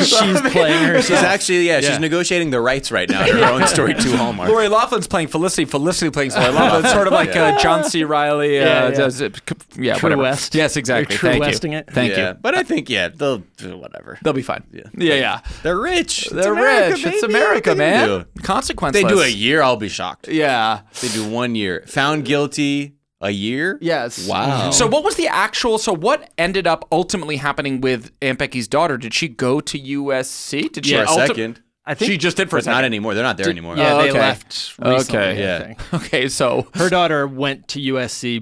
She's playing She's herself. actually, yeah, she's negotiating the rights right now. Her own story to Hallmark. Lori Laughlin's playing Felicity. Felicity playing Lori Laughlin. It's sort of like uh, John C. Riley. Uh, Yeah, yeah. does it- yeah, True whatever. West. Yes, exactly. You're True Thank Westing you. it. Thank yeah, you. but I think yeah, they'll do whatever. They'll be fine. Yeah, yeah. They're rich. It's They're America, rich. It's baby. America, What they man. do? If Consequenceless. They do a year. I'll be shocked. Yeah. They do one year. Found guilty a year. Yes. Wow. So what was the actual? So what ended up ultimately happening with Aunt Becky's daughter? Did she go to USC? Did she for a ulti- second. I think she just did for a But not second. anymore. They're not there anymore. yeah, Oh, they okay. left recently. Okay. I Yeah. think. okay, so Her daughter went to USC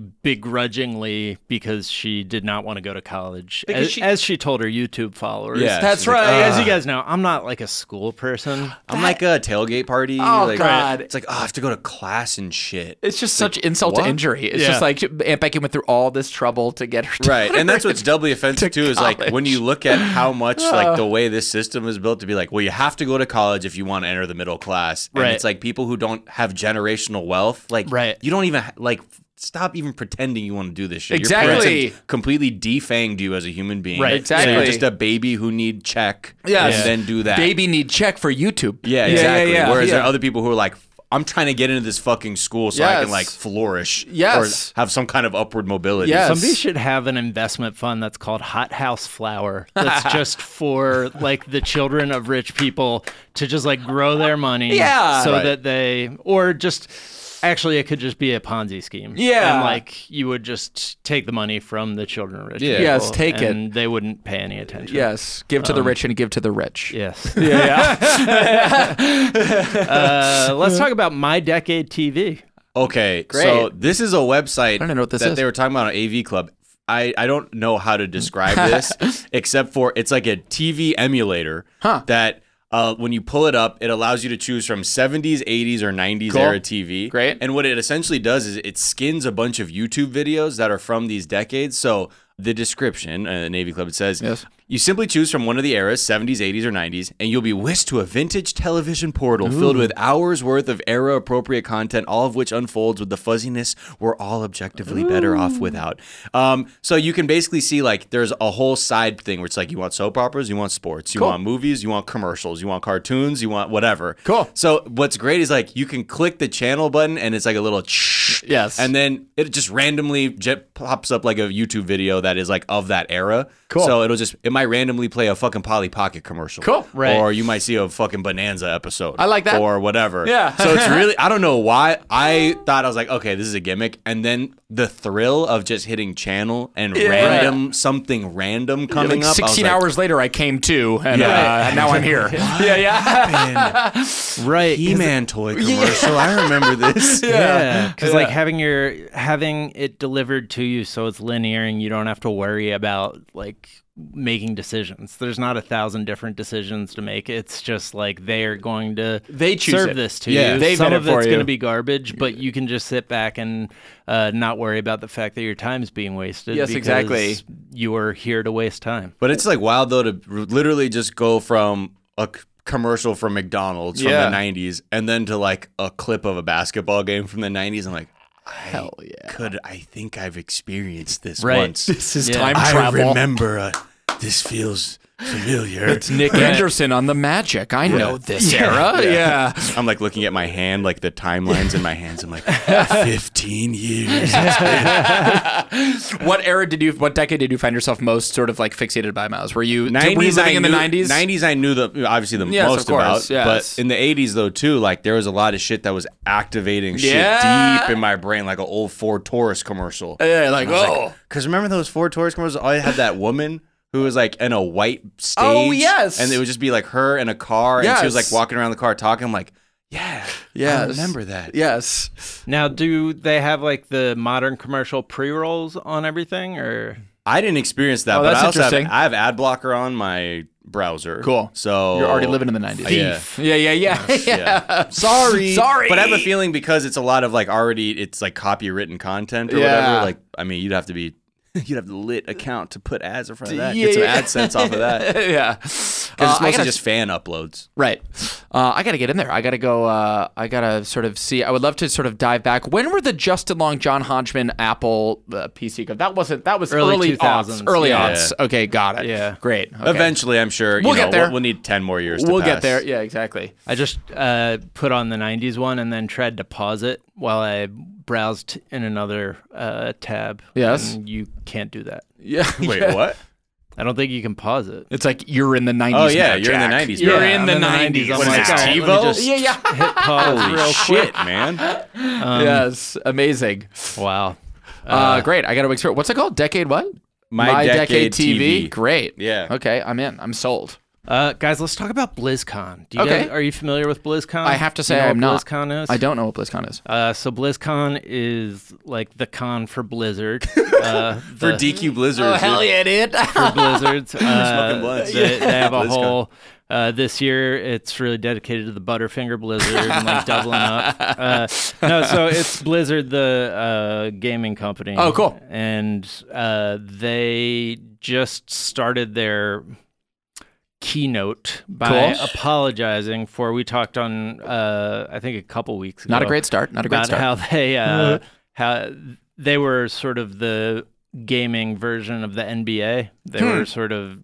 begrudgingly because she did not want to go to college. Because As as she- she, told her YouTube followers. Yeah, That's she's like, right. As you guys know, I'm not like a school person. I'm like a tailgate party. Oh, like, God. It's like oh, I have to go to class and shit. It's just such insult to what? injury. It's Yeah. just like Aunt Becky went through all this trouble to get her. Right, and that's what's doubly offensive to too is like when college. you look at how much like the way this system is built to be like, well, you have to go to college if you want to enter the middle class, and Right. it's like people who don't have generational wealth, like Right. you don't even ha- like stop even pretending you want to do this shit. Your Exactly. parents have completely defanged you as a human being. Right, So exactly. you're just a baby who need check. Yes. and then do that. Baby need check for YouTube. Yeah, exactly. yeah, yeah. Whereas there Yeah. are other people who are like, I'm trying to get into this fucking school so I Yes. can like flourish Yes. or have some kind of upward mobility. Yes. Somebody should have an investment fund that's called Hot House Flower. That's just for like the children of rich people to just like grow their money. Yeah. So Right. that they, or just actually, it could just be a Ponzi scheme. Yeah. and like you would just take the money from the children of rich. Yeah. people, Yes, take it. and They wouldn't pay any attention. Yes, give to the Um, rich and give to the rich. Yes. yeah. Uh, let's talk about my decade TV. Okay, so this is a website don't know what this that is. they were talking about on AV Club. I, I don't know how to describe this except for it's like a TV emulator that uh, when you pull it up, it allows you to choose from 70s, 80s, or 90s Cool. era TV. Great. And what it essentially does is it skins a bunch of YouTube videos that are from these decades. So the description, uh, Navy Club, it says, Yes. you simply choose from one of the eras, 70s, 80s, or 90s, and you'll be whisked to a vintage television portal filled with hours worth of era appropriate content, all of which unfolds with the fuzziness we're all objectively better off without. Um, so you can basically see like there's a whole side thing where it's like you want soap operas, you want sports, you want movies, you want commercials, you want cartoons, you want whatever. Cool. So what's great is like you can click the channel button and it's like a little Yes. and then it just randomly jet pops up like a YouTube video that is like of that era. Cool. So it'll just it might randomly play a fucking Polly Pocket commercial. Cool. Right. Or you might see a fucking Bonanza episode. I like that. Or whatever. Yeah. so it's really I don't know why I thought I was like okay this is a gimmick and then the thrill of just hitting channel and random something random coming Like up. I was 16 like, hours later, I came to, and Yeah. uh, now I'm here. yeah, yeah. Right. He-Man toy commercial. I remember this. Yeah, because like having your having it delivered to you, so it's linear, and you don't have to worry about like making decisions. There's not a thousand different decisions to make. It's just like they are going to They choose serve it. this to Yeah. you. They've Some made it of for it's going you. to be garbage, but you can just sit back and uh, not worry about the fact that your time's being wasted. Yes, because exactly. You are here to waste time. But it's like wild though to r- literally just go from a c- commercial from McDonald's from Yeah. the 90s and then to like a clip of a basketball game from the 90s. I'm like, hell yeah. Could I think I've experienced this Right. once? This is Yeah. time I travel. remember. uh this feels familiar. Nick Anderson on the Magic. I know this era. Yeah. I'm like looking at my hand, like the timelines in my hands. I'm like, 15 years. It's What era did you? What decade did you find yourself most sort of like fixated by miles? Were you been- 90s, were you living I in the knew- nineties? 90s, I knew the obviously the Yes, of most about. course, yes. But in the 80s though too, like there was a lot of shit that was activating Yeah. shit deep in my brain, like an old Ford Taurus commercial. Yeah, like oh. Because remember those Ford Taurus commercials? I had that woman who was like in a white stage. Oh, yes. And it would just be like her in a car, and she was Yes. like walking around the car talking. I'm like, yeah, yeah, I Yes. remember that. Yes. Now, do they have like the modern commercial pre rolls on everything, or I didn't experience that, Oh, but that's I also have, interesting. I have ad blocker on my browser. Cool. So You're already living in the nineties. Yeah. Yeah, yeah, yeah. Oh, Yeah. Sorry. Sorry. But I have a feeling because it's a lot of like already it's like copywritten content or Yeah. whatever. Like I mean, you'd have to be you'd have the lit account to put ads in front of that. Yeah, get some yeah. AdSense off of that. yeah. Because it's Uh, I mostly gotta- just fan uploads. Right. Uh, I got to get in there. I got to go. Uh, I got to sort of see. I would love to sort of dive back. When were the Justin Long, John Hodgman, Apple uh, PC? go- That wasn't. That was Early early, 2000s. aughts. Early Yeah. aughts. Okay, got it. Yeah. Great. Okay. Eventually, I'm sure you We'll know, get there. We'll, we'll need ten more years. To we'll get pass. there. Yeah, exactly. I just uh, put on the 90s one and then tried to pause it while I browsed in another uh, tab. Yes. And you can't do that. Yeah. Wait, yeah. what? I don't think you can pause it. It's like you're in the nineties. Oh, yeah, you're in the 90s now. You're Yeah, in I'm the in the 90s. nineties. oh, I'm What like, is all this, right, TiVo? let me just- yeah, yeah. Hit pause real Shit, man. yes, amazing. quick. Wow. Uh, great. I got to experience. What's it called? Decade what? My, decade, TV. Great. Yeah. Okay, I'm in. I'm sold. Uh, guys, let's talk about BlizzCon. Do you Okay. guys, are you familiar with BlizzCon? I have to You say know I'm what not. BlizzCon is? I don't know what BlizzCon is. Uh, so BlizzCon is like the con for Blizzard. Uh, For the- DQ Blizzard. Oh, yeah, dude. for Blizzards. Uh, blunts. they, they have a BlizzCon. whole. Uh, this year, it's really dedicated to the Butterfinger Blizzard and like doubling up. Uh, no, so it's Blizzard, the uh, gaming company. Oh, cool. And uh, they just started their keynote by Cool. apologizing for. We talked on, uh, I think, a couple weeks ago. Not a great start. Not a great about start. how they uh, how they were sort of the gaming version of the NBA. They were sort of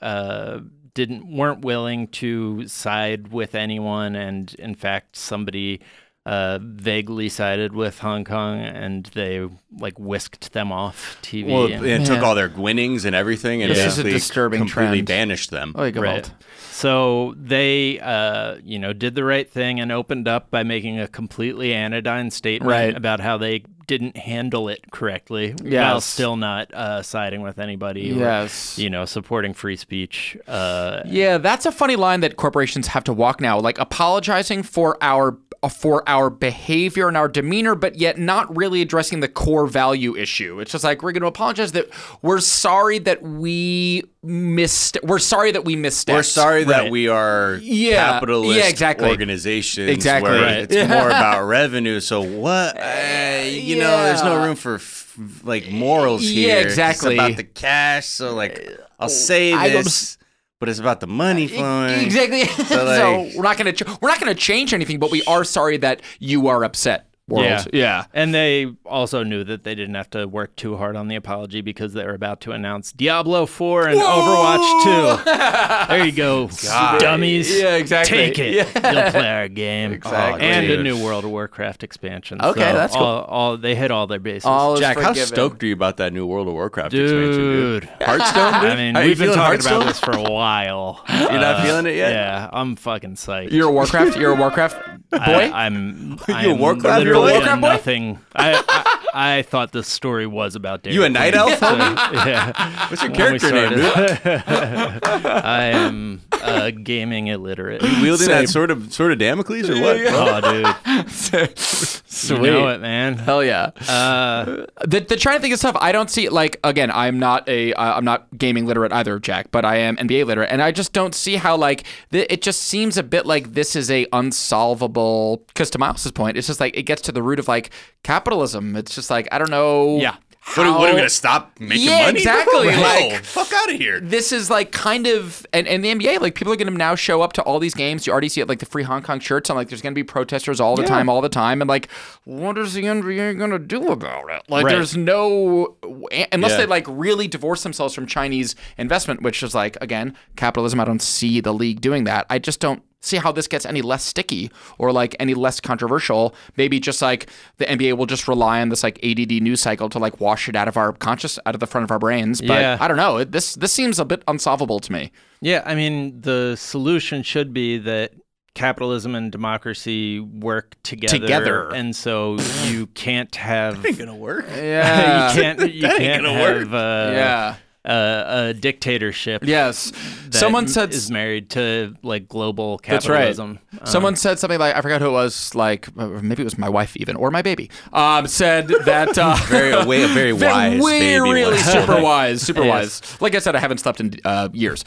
uh, didn't weren't willing to side with anyone, and in fact, somebody uh, vaguely sided with Hong Kong, and they like whisked them off TV. Well, and- it took Man. all their winnings and everything, and This is a basically disturbing completely trend. banished them. Oh, Gavalt. So they, uh, you know, did the right thing and opened up by making a completely anodyne statement Right. about how they didn't handle it correctly while Yes. still not uh, siding with anybody. or, Yes. you know, supporting free speech. Uh, Yeah, that's a funny line that corporations have to walk now, like apologizing for our uh, for our behavior and our demeanor, but yet not really addressing the core value issue. It's just like we're going to apologize that we're sorry that we missed. We're sorry that we misstepped. We're sorry that we are Yeah. capitalist Yeah, exactly. organizations Exactly. where Right. it's more about revenue. So what? Uh, you know, there's no yeah. room for f- like morals Yeah, here. exactly. It's Uh, about the cash. So like, I'll say I don't E this, but it's about the money flowing. Exactly. So, like- we're not going to ch- we're not going to change anything, but we are sorry that you are upset. World. Yeah. And they also knew that they didn't have to work too hard on the apology because they were about to announce Diablo 4 and Overwatch 2. There you go, dummies. Yeah, exactly. Take it. You'll play our game. Exactly. and dude. a new World of Warcraft expansion. Okay, So that's cool. All, all, they hit all their bases. All is Jack, how forgiven. stoked are you about that new World of Warcraft expansion, dude? dude. Hearthstone. Dude? I mean, How you we've been feeling, talking Hearthstone? about this for a while. Uh, You're not feeling it yet. yeah, I'm fucking psyched. You're a Warcraft. You're a Warcraft boy. I, I'm. You a I'm Warcraft literally boy? a Warcraft boy? Nothing. I, I I thought this story was about Dairy You a Queen. night elf? So, homie? yeah. What's your When we character name, dude? started. I am uh, gaming illiterate. Wielding that sort of sort of Damocles or what? bro? Oh, dude, Sweet. you know it, man. Hell yeah. Uh, The, the trying to think of stuff I don't see like again I'm not a uh, I'm not gaming literate either Jack but I am NBA literate and I just don't see how like th- it just seems a bit like this is a unsolvable because to Miles's point it's just like it gets to the root of like capitalism it's just like I don't know Yeah. What, are- what are we how- gonna stop making Yeah, money? exactly, No, like- fuck out of here. this is like kind of and, and the NBA like people are going to now show up to all these games you already see it like the free Hong Kong shirts and like there's going to be protesters all the time all the time and like what is the NBA going to do about it like Right. there's no unless Yeah. they like really divorce themselves from Chinese investment which is like again capitalism I don't see the league doing that I just don't see how this gets any less sticky or like any less controversial maybe just like the NBA will just rely on this like ADD news cycle to like wash it out of our conscious out of the front of our brains but Yeah. I don't know. It- This this seems a bit unsolvable to me. yeah, I mean, the solution should be that capitalism and democracy work together. Together. and so you can't have. uh, gonna work. Yeah. you can't. You ain't can't gonna have. work. Uh, yeah. uh, a dictatorship. Yes. that Someone m- said is married to like global That's right. capitalism. Um, Someone said something like I forgot who it was. Like uh, maybe it was my wife even or my baby. Um, said that uh, Very a way, a very wise way baby. really was. super wise, super Yes. wise. Like I said, I haven't slept in uh, years,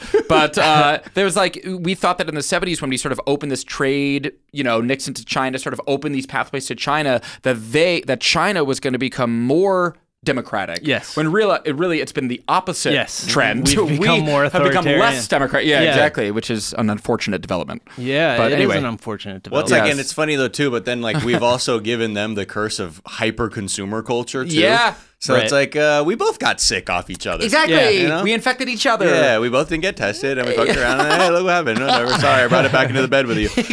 but uh, there was like we thought that in the '70s when we sort of opened this trade, you know, Nixon to China, sort of opened these pathways to China that they that China was going to become more democratic. Yes. When real, it really it's been the opposite Yes. trend. We've We become more have become authoritarian. less democratic. Yeah, Yeah. exactly, which is an unfortunate development. yeah, But it is anyway. an unfortunate Well, development. it's like, Yes. and it's funny though too. But then, like, we've also given them the curse of hyper consumer culture too. Yeah. So it's Right. like uh, we both got sick off each other. Exactly. you know? We infected each other. Yeah, we both didn't get tested, and we fucked around. And, hey, look what happened. Whatever. Sorry, I brought it back into the bed with you.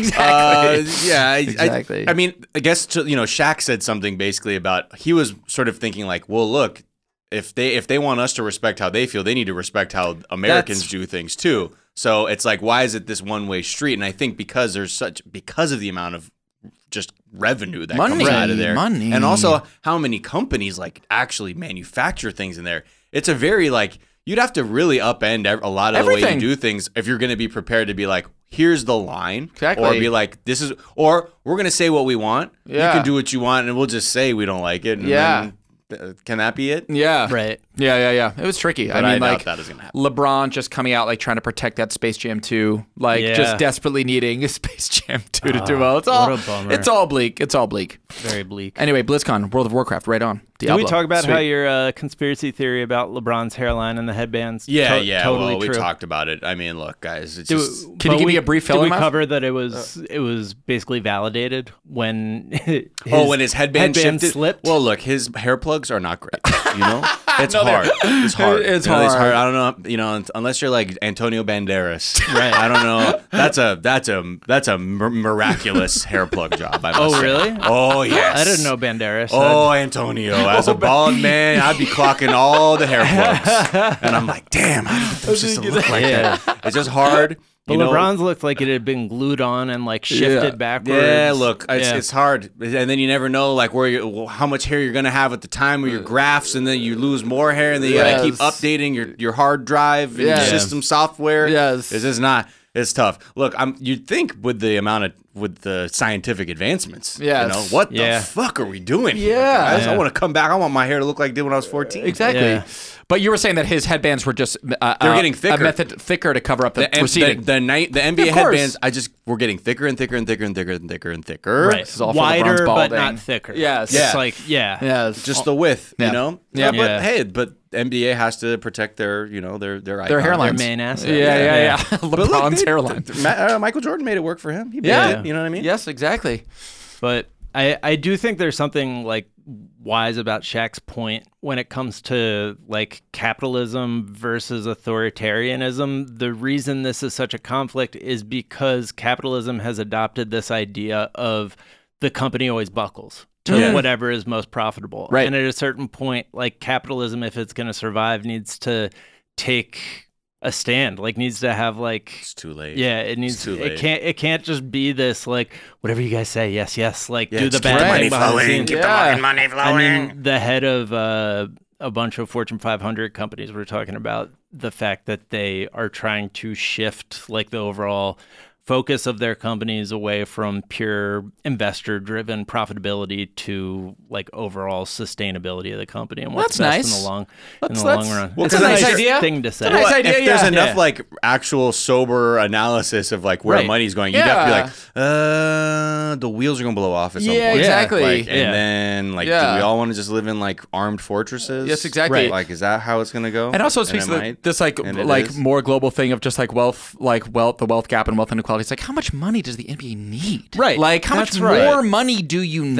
Uh, Exactly. yeah. I, I- Exactly. I, mean, I guess to, you know, Shaq said something basically about he was sort of thinking like, well, look, if they if they want us to respect how they feel, they need to respect how Americans do things too. So it's like, why is it this one way street? And I think because there's such because of the amount of just revenue that comes Money, out of there, money. and also how many companies like actually manufacture things in there. It's a very like you'd have to really upend ev- a lot of the way Everything. you do things if you're going to be prepared to be like, here's the line, or Exactly. be like, this is, or we're going to say what we want. Yeah. You can do what you want, and we'll just say we don't like it. And Yeah. then, uh, can that be it? Yeah. Right. Yeah, yeah, yeah. It was tricky. But I mean, I doubt like that is gonna happen. LeBron just coming out like trying to protect that Space Jam 2, like Yeah. just desperately needing a Space Jam 2 to Ah, do well. It's all a bummer. it's all bleak. It's all bleak. very bleak. Anyway, BlizzCon, World of Warcraft, right on. Did Diablo. we talk about Sweet. how your uh, conspiracy theory about LeBron's hairline and the headbands? Yeah, to- yeah. totally well, true. we talked about it. I mean, look, guys, it's Do- just. Can but you give me we- a brief Did fill we in, Miles? cover that it was it was basically validated when? His Oh, when his headband, headband shifted. slipped. Well, look, his hair plugs are not great. You know, it's No, hard. It's hard. It's You know, hard. I don't know. You know, unless you're like Antonio Banderas. Right. I don't know. That's a that's a that's a mir- miraculous hair plug job. I must Oh, say. really? Oh yes. I didn't know Banderas. Oh, Antonio, as a bald man, I'd be clocking all the hair plugs, and I'm like, damn, how do you get just to look like that? It's just hard. but you know, LeBron's looked like it had been glued on and like shifted backwards. Yeah, look, it's, Yeah. it's hard, and then you never know like where you, how much hair you're gonna have at the time of your grafts, and then you lose more hair, and then you gotta keep Uh, Yes. updating your, your hard drive and your Yes. system software. Yes. this is not. It's tough. Look, I'm. You'd think with the amount of with the scientific advancements, you Yes. know what Yeah. the fuck are we doing? Yeah. here, guys? I want to come back. I want my hair to look like it did when I was 14. Exactly. Yeah. But you were saying that his headbands were just uh, They're uh, getting thicker. a method thicker to cover up the, The, M- receding. the, the, night, the NBA Of course. headbands, I just were getting thicker and thicker and thicker and thicker and thicker and thicker. right. is all for LeBron's wider but balding. not thicker. Yes. it's Yeah. like yeah, yes. just the width, yeah. oh, you know. Yeah. but Yeah. hey, but NBA has to protect their, you know, their their their icon. hairlines. main asset. Yeah, yeah, Yeah. yeah. But look, LeBron's they- hairline. th- Ma- uh, Michael Jordan made it work for him. He made Yeah. it, you know what I mean? yes, exactly. But I, I do think there's something like wise about Shaq's point when it comes to like capitalism versus authoritarianism. The reason this is such a conflict is because capitalism has adopted this idea of the company always buckles to whatever is most profitable. Right. And at a certain point, like capitalism, if it's going to survive, needs to take a stand, like needs to have like It's too late. yeah, it needs too late. It can't. It can't just be this like whatever you guys say. Yes, yes. Like Yeah, do it's the keep the bad money thing behind the flowing, scenes. keep Yeah. money I mean, the head of uh, a bunch of Fortune 500 companies were talking about the fact that they are trying to shift like the overall focus of their companies away from pure investor-driven profitability to like overall sustainability of the company and what's That's best in nice. the long That's- in the long that's- run. well, it's a 'cause I'm nice sure- idea. thing to say. nice idea. if yeah, there's yeah. enough like actual sober analysis of like where Right. money's going, you'd have to be Yeah. like, uh, the wheels are gonna blow off at some Yeah, point. exactly. Like, Yeah. And then like, do Yeah. we all want to just live in like armed fortresses? Yes, exactly. Right. Like, is that how it's gonna go? And also it speaks it to the, might, this like and it like is. more global thing of just like wealth, like wealth, the wealth gap and wealth inequality. It's like how much money does the NBA need? Right. Like how That's much right. more money do you need?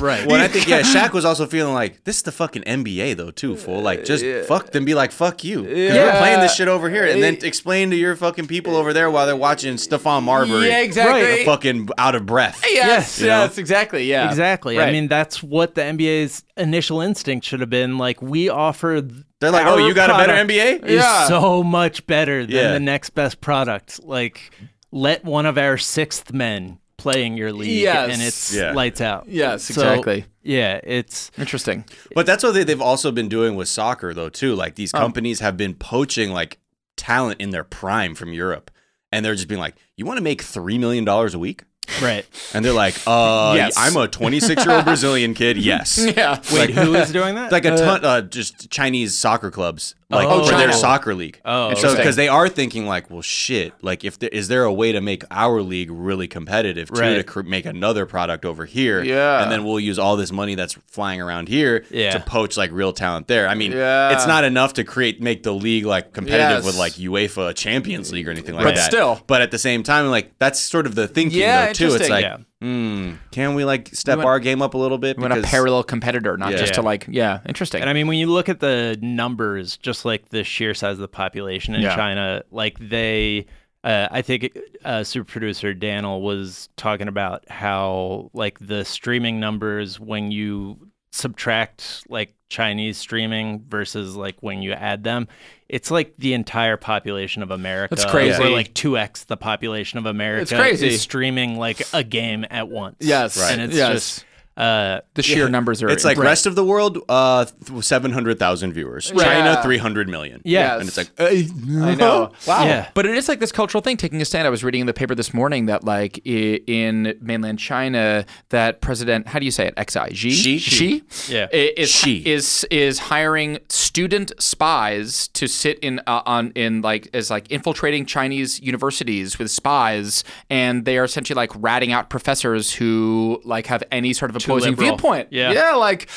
right. Well, and I think yeah, Shaq was also feeling like this is the fucking NBA though too, fool. Like just fuck them, be like fuck you. 'Cause We're Yeah. playing this shit over here, and then explain to your fucking people over there while they're watching Stephon Marbury. Yeah, exactly. They're fucking out of breath. Yes, You know? yes, exactly. Yeah. Exactly. I Right. mean, that's what the NBA's initial instinct should have been. Like, we offer. th- They're like, our oh, you got a better product NBA? Is Yeah. so much better than Yeah. the next best product. Like, let one of our sixth men play in your league, Yes. and it's Yeah. lights out. Yes, So, exactly. yeah, it's Interesting. But that's what they, they've also been doing with soccer, though, too. Like these companies have been poaching like talent in their prime from Europe, and they're just being like, "You want to make three million dollars a week?" right. And they're like, "Uh, Yes. I'm a 26 year old Brazilian kid. Yes." Yeah. Wait, who is doing that? like a ton uh, just Chinese soccer clubs like Oh, for their China. soccer league. Oh, so interesting. because they are thinking like, well, shit, like if there is there a way to make our league really competitive too to Right. cr- make another product over here, Yeah. and then we'll use all this money that's flying around here Yeah. to poach like real talent there. I mean, Yeah. it's not enough to create make the league like competitive Yes. with like UEFA Champions League or anything like But that. still. but at the same time, like that's sort of the thinking Yeah, though too. It's interesting. like, Yeah. hmm, can we like step want- our game up a little bit? We want a Because- parallel competitor, not Yeah. just to like, yeah, interesting. And I mean, when you look at the numbers, just like the sheer size of the population in Yeah. China, like they, uh, I think uh, super producer Daniel was talking about how like the streaming numbers when you subtract like Chinese streaming versus like when you add them, it's like the entire population of America. That's crazy. Or like two x the population of America. It's crazy. Is streaming like a game at once. Yes. Right. and it's Yes. just. Uh, the sheer numbers are. It's like Right. rest of the world, uh, seven hundred thousand viewers. Right. China, Yeah. three hundred million. yeah, Yes. and it's like "Uh, I know. Wow. Yeah. But it is like this cultural thing taking a stand. I was reading in the paper this morning that like i- in mainland China that President how do you say it? Xi Xi. Xi Xi Yeah. i- is Xi. is is hiring student spies to sit in uh, on in like as like infiltrating Chinese universities with spies and they are essentially like ratting out professors who like have any sort of opposing liberal. viewpoint. Yeah. yeah, like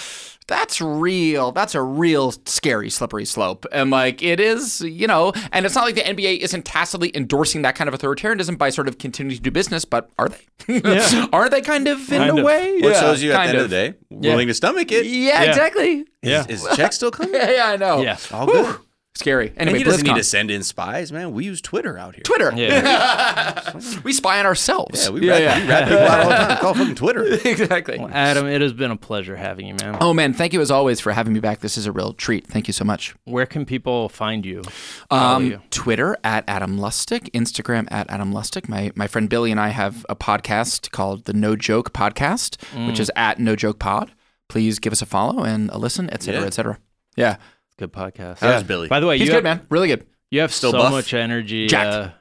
that's real. That's a real scary slippery slope, and like it is, you know. And it's not like the NBA isn't tacitly endorsing that kind of authoritarianism by sort of continuing to do business, but are they? are they kind of in Kind a of. way? What Yeah, shows you at kind the end of the day, willing to stomach it. Is Yeah, Yeah. exactly. Yeah. Is the check still coming? Yeah, yeah, I know. Yeah. All good. Scary. And Anyway, he doesn't BlizzCon. need to send in spies, man. We use Twitter out here. Twitter. Yeah. We spy on ourselves. Yeah, we rat, we rat people out all the time. Call fucking Twitter. exactly. Adam, it has been a pleasure having you, man. Oh man, thank you as always for having me back. This is a real treat. Thank you so much. Where can people find you? Um, Twitter at Adam Lustig, Instagram at Adam Lustig. My my friend Billy and I have a podcast called the No Joke Podcast, which is at No Joke Pod. Please give us a follow and a listen, et cetera, Yeah. et cetera. Yeah, Good podcast. How's Billy? By the way, he's you good, have, man. Really good. You have so buff? much energy. Jacked. Uh, Jacked.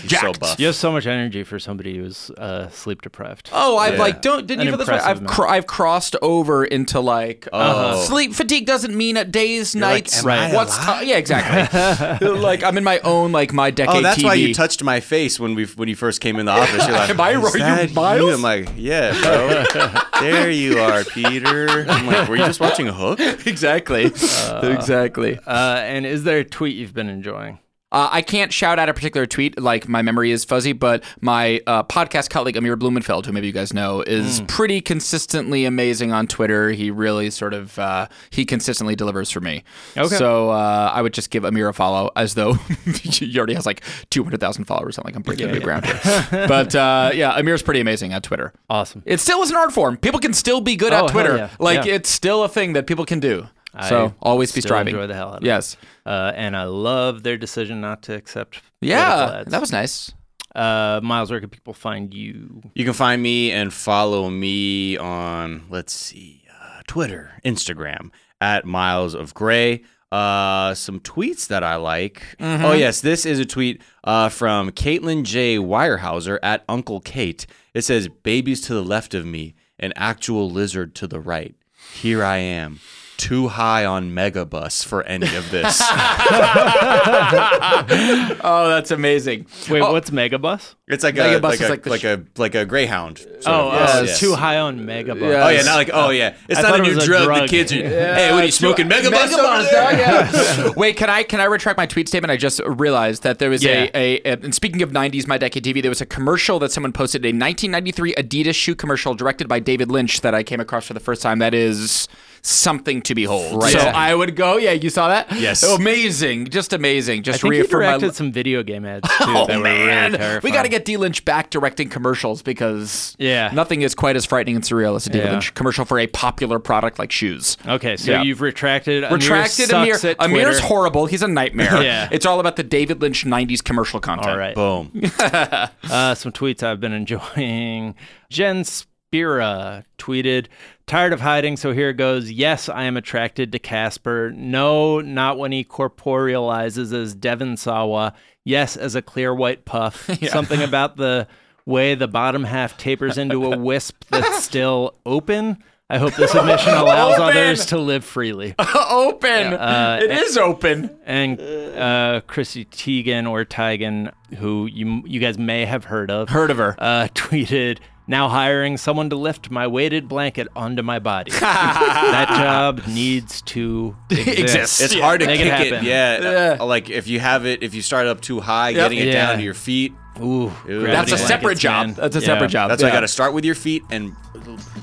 He's so Jacked. buff. you have so much energy for somebody who's uh, sleep deprived. Oh, I've like don't didn't An you feel this way? impressive I've cr- I've crossed over into like uh, sleep fatigue doesn't mean at days, nights, Oh. "Am I what's alive?" ti- yeah, exactly. like I'm in my own like my decade. Oh, that's TV. why you touched my face when we when you first came in the office. You're like, Am I- "Is are you that Miles?" I'm like, yeah, bro. there you are, Peter. I'm like, were you just watching Hook? exactly, exactly. Uh, and is there a tweet you've been enjoying? Uh, I can't shout out a particular tweet, like my memory is fuzzy, but my uh, podcast colleague Amir Blumenfeld, who maybe you guys know, is Hmm. pretty consistently amazing on Twitter. He really sort of uh, he consistently delivers for me. Okay. So uh, I would just give Amir a follow, as though he already has like two hundred thousand followers. I'm like I'm breaking new ground here, but uh, yeah, Amir's pretty amazing on Twitter. Awesome. It still is an art form. People can still be good Oh, at hell Twitter. yeah. Like Yeah. it's still a thing that people can do. So always be still striving. enjoy the hell out of it. yes. Uh, and I love their decision not to accept. Yeah, political that ads. was nice. Uh, Miles, where can people find you? You can find me and follow me on, let's see, uh, Twitter, Instagram, at Miles of Gray. Uh, some tweets that I like. Oh, yes, this is a tweet uh, from Caitlin J. Weyerhauser at Uncle Kate. It says, Babies to the left of me, an actual lizard to the right. Here I am, too high on Megabus for any of this. Oh, that's amazing. Oh, Wait, what's Megabus? it's like a, Megabus like, is a, like like, the sh- a like a greyhound. sort Oh, of. Yes, uh, yes. too high on Megabus. Oh yeah, not like oh yeah. It's I not thought a it new was a drug. The drug. kids are. Hey, what are you smoking? Megabucks over Megabus, there? dog, yeah. Wait, can I can I retract my tweet statement? I just realized that there was Yeah. a, a, a and speaking of 90s my decade TV, there was a commercial that someone posted a 1993 Adidas shoe commercial directed by David Lynch that I came across for the first time. That is something to behold. Right. So Yeah. I would go, yeah, you saw that? Yes. Amazing. Just amazing. I Just think he reaffirm my directed some video game ads too. Oh that man, were really we got to terrifying. get D Lynch back directing commercials because Yeah. nothing is quite as frightening and surreal as a D Yeah. Lynch commercial for a popular product like shoes. Okay, so Yeah. you've retracted. Amir Retracted sucks Amir. at Amir's Twitter. horrible. He's a nightmare. Yeah. It's all about the David Lynch 90s commercial content. All right. Boom. Uh, some tweets I've been enjoying. Jen Spira tweeted, "Tired of hiding, so here goes. Yes, I am attracted to Casper. No, not when he corporealizes as Devon Sawa. Yes, as a clear white puff. Something about the way the bottom half tapers into a wisp that's still open." I hope this admission allows Open! others to live freely. open. uh, it is open. and uh, Chrissy Teigen or Teigen, who you you guys may have heard of, Heard of her. uh, tweeted, "Now hiring someone to lift my weighted blanket onto my body. that job needs to exist. Exists. It's hard to Make it kick it. happen. Yeah. uh, Like if you have it, if you start up too high, getting it Yeah. down to your feet. Ooh, That's gravity a separate blankets, job. man. That's a Yeah. separate job. That's why Yeah. you got to start with your feet and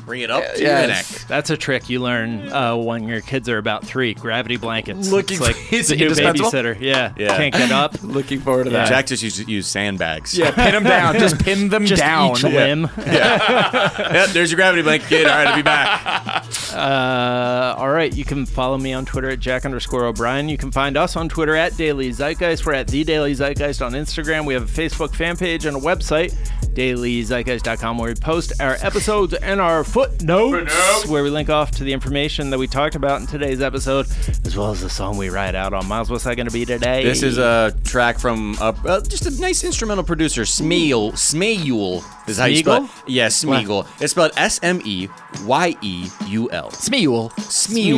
bring it up to your neck. Yes. That's a trick you learn uh, when your kids are about three. Gravity blankets. Looking it's like for- is the it new indispensable? babysitter. Yeah. Yeah. can't get up. Looking forward to that. Jack just used to use sandbags. Yeah, pin them down. Just pin them Just down. each limb. Yep, there's your gravity blanket, kid. All right, I'll be back. Uh, all right, you can follow me on Twitter at Jack underscore O'Brien. You can find us on Twitter at Daily Zeitgeist. We're at The Daily Zeitgeist on Instagram. We have a Facebook fan page and a website, dailyzeitgeist.com, where we post our episodes and our footnotes, where we link off to the information that we talked about in today's episode, as well as the song we ride out on. Miles, what's that going to be today? uh, This is a track from a, uh, just a nice instrumental producer, Smeal, Smeul This is how you spell it. Yeah, Smeagol. It's spelled S M E Y E U L. Smeagol. Smeagol.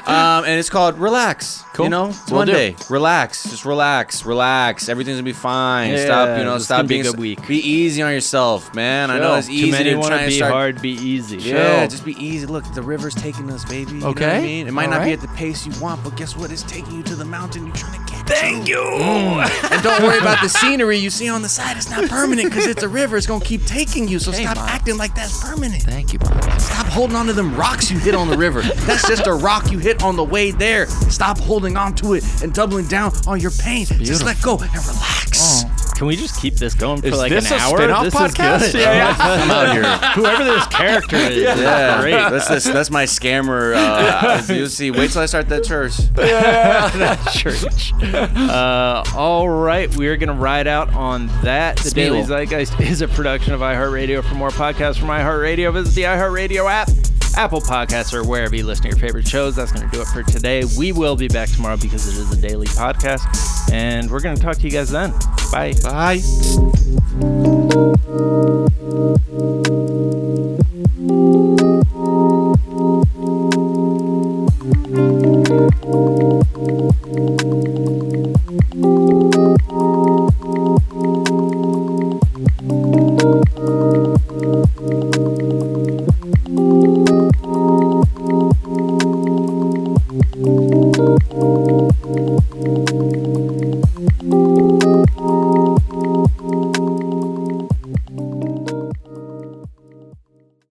Um, and it's called Relax. Cool. You know, it's Will do. Monday. Relax. Just relax. Relax. Everything's gonna be fine. stop. You know, this is stop gonna be a being good so- week. Be easy on yourself, man. I know it's easy Too many to wanna try and be start. hard, be easy. Yeah, Chill. just be easy. Look, the river's taking us, baby. You know what Okay. I mean? It might All not be at right. the pace you want, but guess what? It's taking you to the mountain you're trying to get. Thank you. and don't worry about the scenery you see on the side. It's not permanent because it's a river. It's gonna keep taking you. So stop acting like that's permanent. Thank you. Bob. Stop holding on to them rocks you hit on the river. That's just a rock you hit on the way there. Stop holding on to it and doubling down on your pain. Just let go and relax. Can we just keep this going for Is like this an a hour? spin-off this podcast? is good. Yeah, I'm Oh, out here. Whoever this character is, yeah. Yeah, great. that's, that's that's my scammer. Uh, you'll see. Wait till I start that church. church. Uh, all right, we are going to ride out on that. The Daily Spiel. Zeitgeist is a production of iHeartRadio. For more podcasts from iHeartRadio, visit the iHeartRadio app, Apple Podcasts, or wherever you listen to your favorite shows. That's going to do it for today. We will be back tomorrow because it is a daily podcast, and we're going to talk to you guys then. Bye. Bye.